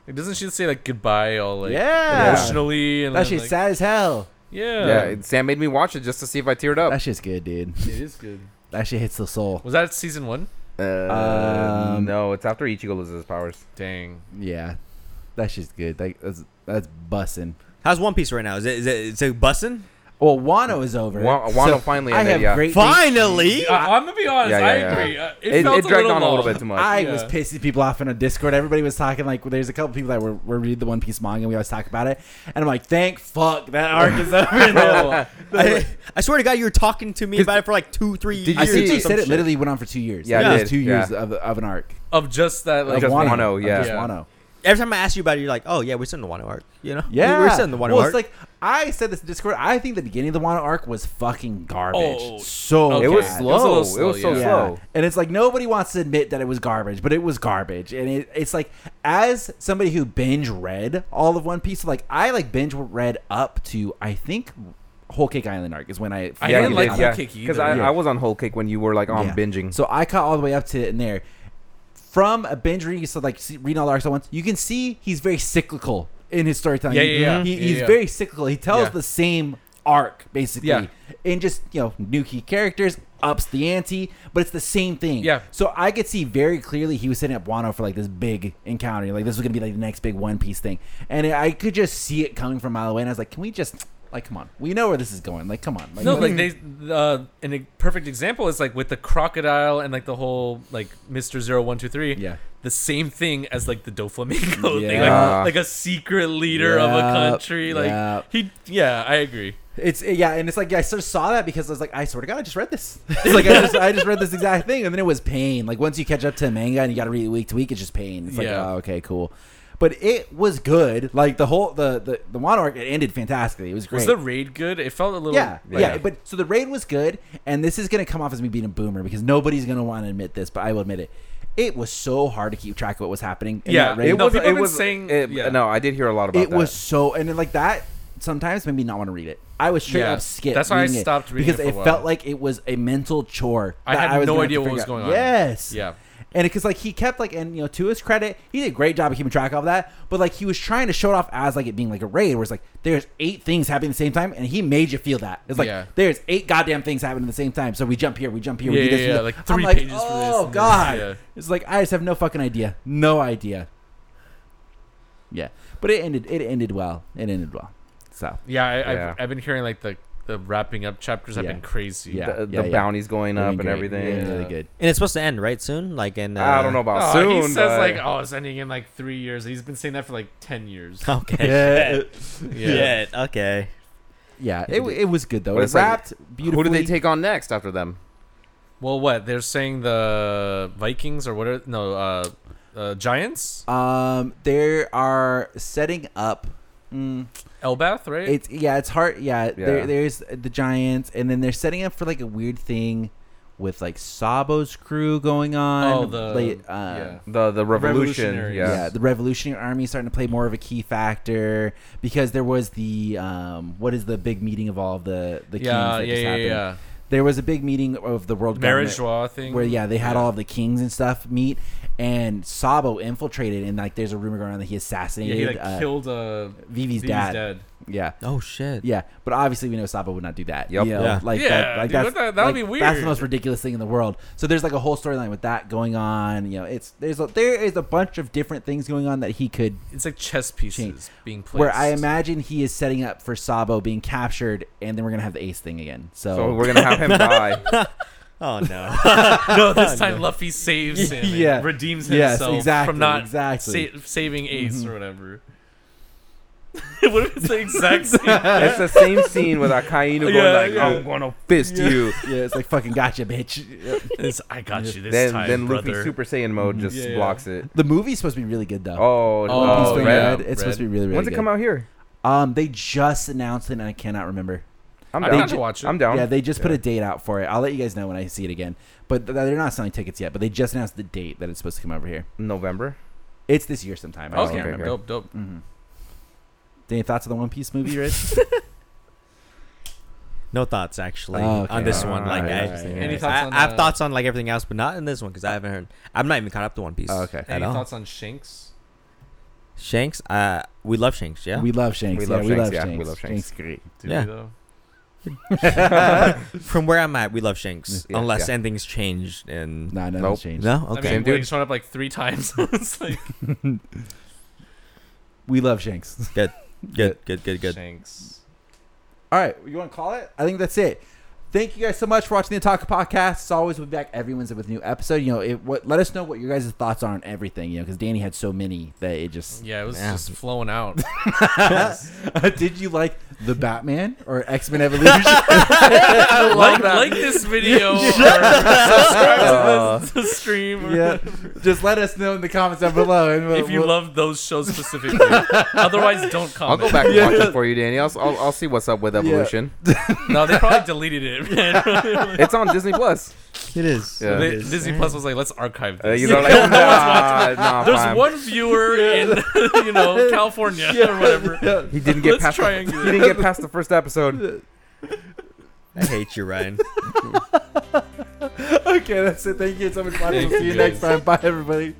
D: Like, doesn't she say like goodbye all like
B: Yeah.
D: emotionally and
B: That
D: then,
B: shit's
D: like,
B: sad as hell.
D: Yeah,
A: Yeah, it- Sam made me watch it just to see if I teared up.
B: That shit's good, dude.
D: it is good.
B: That shit hits the soul.
D: Was that season one?
A: Uh,
B: Um,
A: no, it's after Ichigo loses his powers.
D: Dang.
B: Yeah, that shit's good. Like that's that's bussin'.
C: How's One Piece right now? Is it is it, is it bussin'?
B: Well, Wano is over.
A: Wa- Wano finally
B: I
A: ended.
B: have
A: yeah,
B: great.
C: Finally,
D: I, I'm gonna be honest.
A: Yeah, yeah,
D: I
A: yeah.
D: agree. Uh, it,
A: it, it
D: felt
A: dragged
D: a little
A: on a little
D: long.
A: bit too much.
B: I
D: Yeah.
B: was pissing people off in a Discord. Everybody was talking like there's a couple people that were, were read the One Piece manga. and We always talk about it, and I'm like, thank fuck that arc is over. now.
C: I, I swear to God, you were talking to me about it for like two, three
A: Did
C: years.
A: you
B: I think
A: see-
B: you
C: or some
B: said it
C: shit.
B: literally went on for two years.
A: Yeah,
B: it
A: it
B: was
A: did,
B: two years
A: yeah.
B: of, of an arc.
D: of just that like
B: Of
A: just Wano,
B: of
A: yeah.
B: just
D: Yeah.
B: Wano.
C: Every time I ask you about it, you're like, "Oh yeah, we're still in the Wano arc," you know?
B: Yeah,
C: we, are still in the Wano
B: well,
C: arc.
B: it's like I said this in Discord. I think the beginning of the Wano arc was fucking garbage.
D: Oh,
B: so
D: okay.
A: It was
B: bad.
A: slow. It was,
D: slow,
A: so
D: yeah.
B: yeah.
A: slow.
B: And it's like nobody wants to admit that it was garbage, but it was garbage. And it, it's like as somebody who binge read all of One Piece, like I like binge read up to I think Whole Cake Island arc is when I
D: I
A: yeah,
D: didn't
A: you
D: like
A: did,
D: Whole
A: yeah.
D: Cake either.
A: Because I,
B: Yeah.
A: I was on Whole Cake when you were like on
D: oh,
B: Yeah.
A: binging.
B: So I caught all the way up to in there. From a binge reading, so like see, reading all the arcs at once, you can see he's very cyclical in his storytelling.
D: Yeah,
B: He-
D: yeah, yeah.
B: He,
D: Mm-hmm. Yeah,
B: he's
D: yeah.
B: very cyclical. He tells
D: Yeah.
B: the same arc basically,
D: Yeah.
B: and just you know new key characters ups the ante, but it's the same thing.
D: Yeah.
B: So I could see very clearly he was setting up Wano for like this big encounter. Like this was gonna be like the next big One Piece thing, and I could just see it coming from a mile away. And I was like, can we just like come on? We know where this is going. Like come on.
D: No, like they, uh, an e- perfect example is like with the crocodile and like the whole like Mister Zero One Two Three.
B: Yeah.
D: the same thing as like the Doflamingo thing,
B: Yeah.
D: like, like a secret leader of
B: Yep,
D: a country. Like
B: yep.
D: he, yeah, I agree.
B: It's yeah, and it's like I sort of saw that because I was like, I swear to God, I just read this. It's like I just, I just read this exact thing, and then it was pain. Like once you catch up to a manga and you got to read it week to week, it's just pain. It's like,
D: Yeah.
B: oh, okay, cool. But it was good. Like the whole the the the Wano arc, it ended fantastically. It was great.
D: Was Oh, the raid good? It felt a little.
B: yeah,
D: like-
B: yeah, but so the raid was good, and this is gonna come off as me being a boomer because nobody's gonna want to admit this, but I will admit it. It was so hard to keep track of what was happening. in
D: Yeah,
B: that raid.
A: It
D: No,
A: was.
D: people
A: It
D: have been
A: was
D: saying-
A: it-
D: yeah.
A: No, I did hear a lot about
B: it
A: that.
B: was so and then, like that sometimes made me not want to read it i was straight
D: Yeah.
B: up skip
D: That's why I
B: reading it
D: stopped reading
B: because
D: it for a
B: it
D: while.
B: felt like it was a mental chore
D: I
B: that
D: had
B: was
D: no
B: gonna have
D: idea
B: to
D: what was
B: figure out.
D: going on.
B: yes
D: Yeah.
B: And because like he kept like and you know to his credit, he did a great job of keeping track of that. But like he was trying to show it off as like it being like a raid, where it's like there's eight things happening at the same time, and he made you feel that it's like
D: Yeah.
B: there's eight goddamn things happening at the same time. So we jump here, we jump here,
D: Yeah,
B: we do
D: yeah,
B: this,
D: yeah,
B: we do
D: like
B: that.
D: three
B: I'm like,
D: pages for this
B: Oh
D: and this,
B: god,
D: yeah.
B: it's like I just have no fucking idea, no idea. Yeah, but it ended. It ended well. It ended well. So
D: Yeah, I,
A: Yeah.
D: I've, I've been hearing like the the wrapping up chapters have
B: Yeah.
D: been crazy.
B: Yeah.
A: the,
B: yeah,
A: the
B: yeah.
A: bounty's going up and
B: Really great.
A: everything.
B: Really, really
D: yeah.
B: good.
C: And it's supposed to end right soon, like in. Uh,
A: I don't know about
D: Aw,
A: soon.
D: Oh, he says
A: but-
D: like, "Oh, it's ending in like three years." He's been saying that for like ten years.
C: Okay.
B: Yeah.
C: Shit, Okay.
B: Yeah, it, it was good though.
A: But
B: It
A: it's like,
B: wrapped
A: who
B: beautifully.
A: do they take on next after them?
D: Well, what they're saying the Vikings or what? Are, no, uh, uh, Giants.
B: Um, they are setting up. Mm,
D: Elbath, right?
B: it's yeah, it's hard. Yeah, There,
A: Yeah.
B: there's the Giants, and then they're setting up for like a weird thing with like Sabo's crew going on.
D: Oh, the-
B: like, uh,
D: yeah.
A: The the revolution.
D: Revolutionaries.
B: yeah,
A: Yeah.
B: the Revolutionary Army starting to play more of a key factor because there was the um, what is the big meeting of all of the the
D: yeah,
B: kings that
D: yeah,
B: just
D: yeah,
B: happened.
D: yeah.
B: There was a big meeting of the world
D: Marriage
B: government-
D: law thing.
B: where yeah they had all of the kings and stuff meet and Sabo infiltrated and like there's a rumor going around that he
D: Yeah,
B: assassinated
D: he like
B: uh,
D: killed uh, Vivi's
B: Vivi's dad.
D: dad.
B: yeah
C: Oh shit.
B: yeah but obviously we know Sabo would not do that
A: Yep.
B: you know,
C: Yeah.
B: like
D: Yeah,
B: that like
D: dude,
B: that's,
D: what the- that would
B: like,
D: be
B: that's the
D: weird.
B: most ridiculous thing in the world so there's like a whole storyline with that going on you know it's there's a, there is a bunch of different things going on that he could
D: It's like chess pieces being placed.
B: where I imagine he is setting up for Sabo being captured and then we're gonna have the ace thing again so,
A: So we're gonna have him die.
C: Oh no.
D: no, this time Luffy saves him, and
B: Yeah.
D: redeems
B: Yes,
D: himself
B: exactly,
D: from not
B: exactly. Mm-hmm.
D: sa- saving Ace or whatever. what if it's the exact same?
A: it's the same scene with Akainu going
D: Yeah,
A: like,
D: yeah.
A: "I'm gonna fist you."
B: yeah it's like fucking gotcha bitch
D: It's, I got you this
A: Then
D: time,
A: then Luffy
D: brother. Mm-hmm.
A: Super Saiyan mode just
D: Yeah, yeah.
A: blocks it.
B: the movie's supposed to be really good though
A: Oh,
D: Oh,
A: oh,
B: Peace Thing
A: Red.
B: Red. It's supposed to be
D: Red.
B: really, really
A: When's
B: good.
A: it come out here?
B: Um, they just announced it, and I cannot remember.
A: I'm
D: I'm
A: down.
D: down to watch it.
A: I'm down.
B: Yeah, they just put a date out for it. I'll let you guys know when I see it again. But th- they're not selling tickets yet. But they just announced the date that it's supposed to come over here.
A: November.
B: It's this year sometime. I just
D: okay,
B: can't remember.
D: dope, dope.
B: hmm Any thoughts on the One Piece movie, Rich?
C: No thoughts actually
B: Oh, okay.
C: on this one. Like
A: Alright,
C: I,
A: alright, alright.
D: Any
C: I,
D: thoughts on
C: I have
D: uh,
C: thoughts on like everything else, but not in this one because I haven't heard. I'm not even caught up to One Piece.
B: Oh, okay.
C: at
D: Any
C: all.
D: thoughts on Shanks?
C: Shanks, uh, we love Shanks. Yeah,
B: We love Shanks.
A: We
B: yeah,
A: love
B: we
A: Shanks,
B: love
A: yeah,
B: Shanks.
A: we love Shanks.
B: Shanks is great.
D: Do
C: Yeah.
D: we though?
C: from where I'm at, we love Shanks
A: Yeah,
C: unless
A: yeah.
C: anything's changed and
B: Nah, nothing's
A: Nope.
B: changed.
C: no.
D: I mean,
C: Okay,
A: Same
D: like,
A: dude.
D: showed up like three times. it's like
B: We love Shanks.
C: good, good, good, good.
D: Shanks.
B: All right, you want to call it? I think that's it. Thank you guys so much for watching the Talk Podcast. As always, we'll be back every Wednesday with a new episode. You know, it, what, let us know what your guys' thoughts are on everything. You know, because Danny had so many that it just
D: Yeah, it was
C: Yeah.
D: just flowing out.
B: Did you like the Batman or X Men Evolution?
D: like, like this video. or
A: Oh.
D: subscribe to the, the stream. or-
B: yeah, just let us know in the comments down below. And we'll,
D: If you
B: we'll-
D: love those shows specifically, otherwise don't
A: I'll
D: comment.
A: go back and watch it for you, Danny. I'll, I'll, I'll see what's up with Evolution.
D: No, they probably deleted it. Man.
A: It's on Disney Plus.
C: It is.
A: Yeah.
D: They- Disney Plus was like, let's archive
A: Uh,
D: this.
A: you know, like,
D: no one's watching.
A: nah, nah,
D: There's
A: fam.
D: one viewer in you know California or whatever.
A: He didn't get
D: Let's
A: past. The, he
D: triangulate.
A: didn't get past the first episode.
C: I hate you, Ryan.
B: okay, that's it. Thank you so much. We'll
D: Thank
B: see
D: you
B: you next
D: guys.
B: time. Bye, everybody.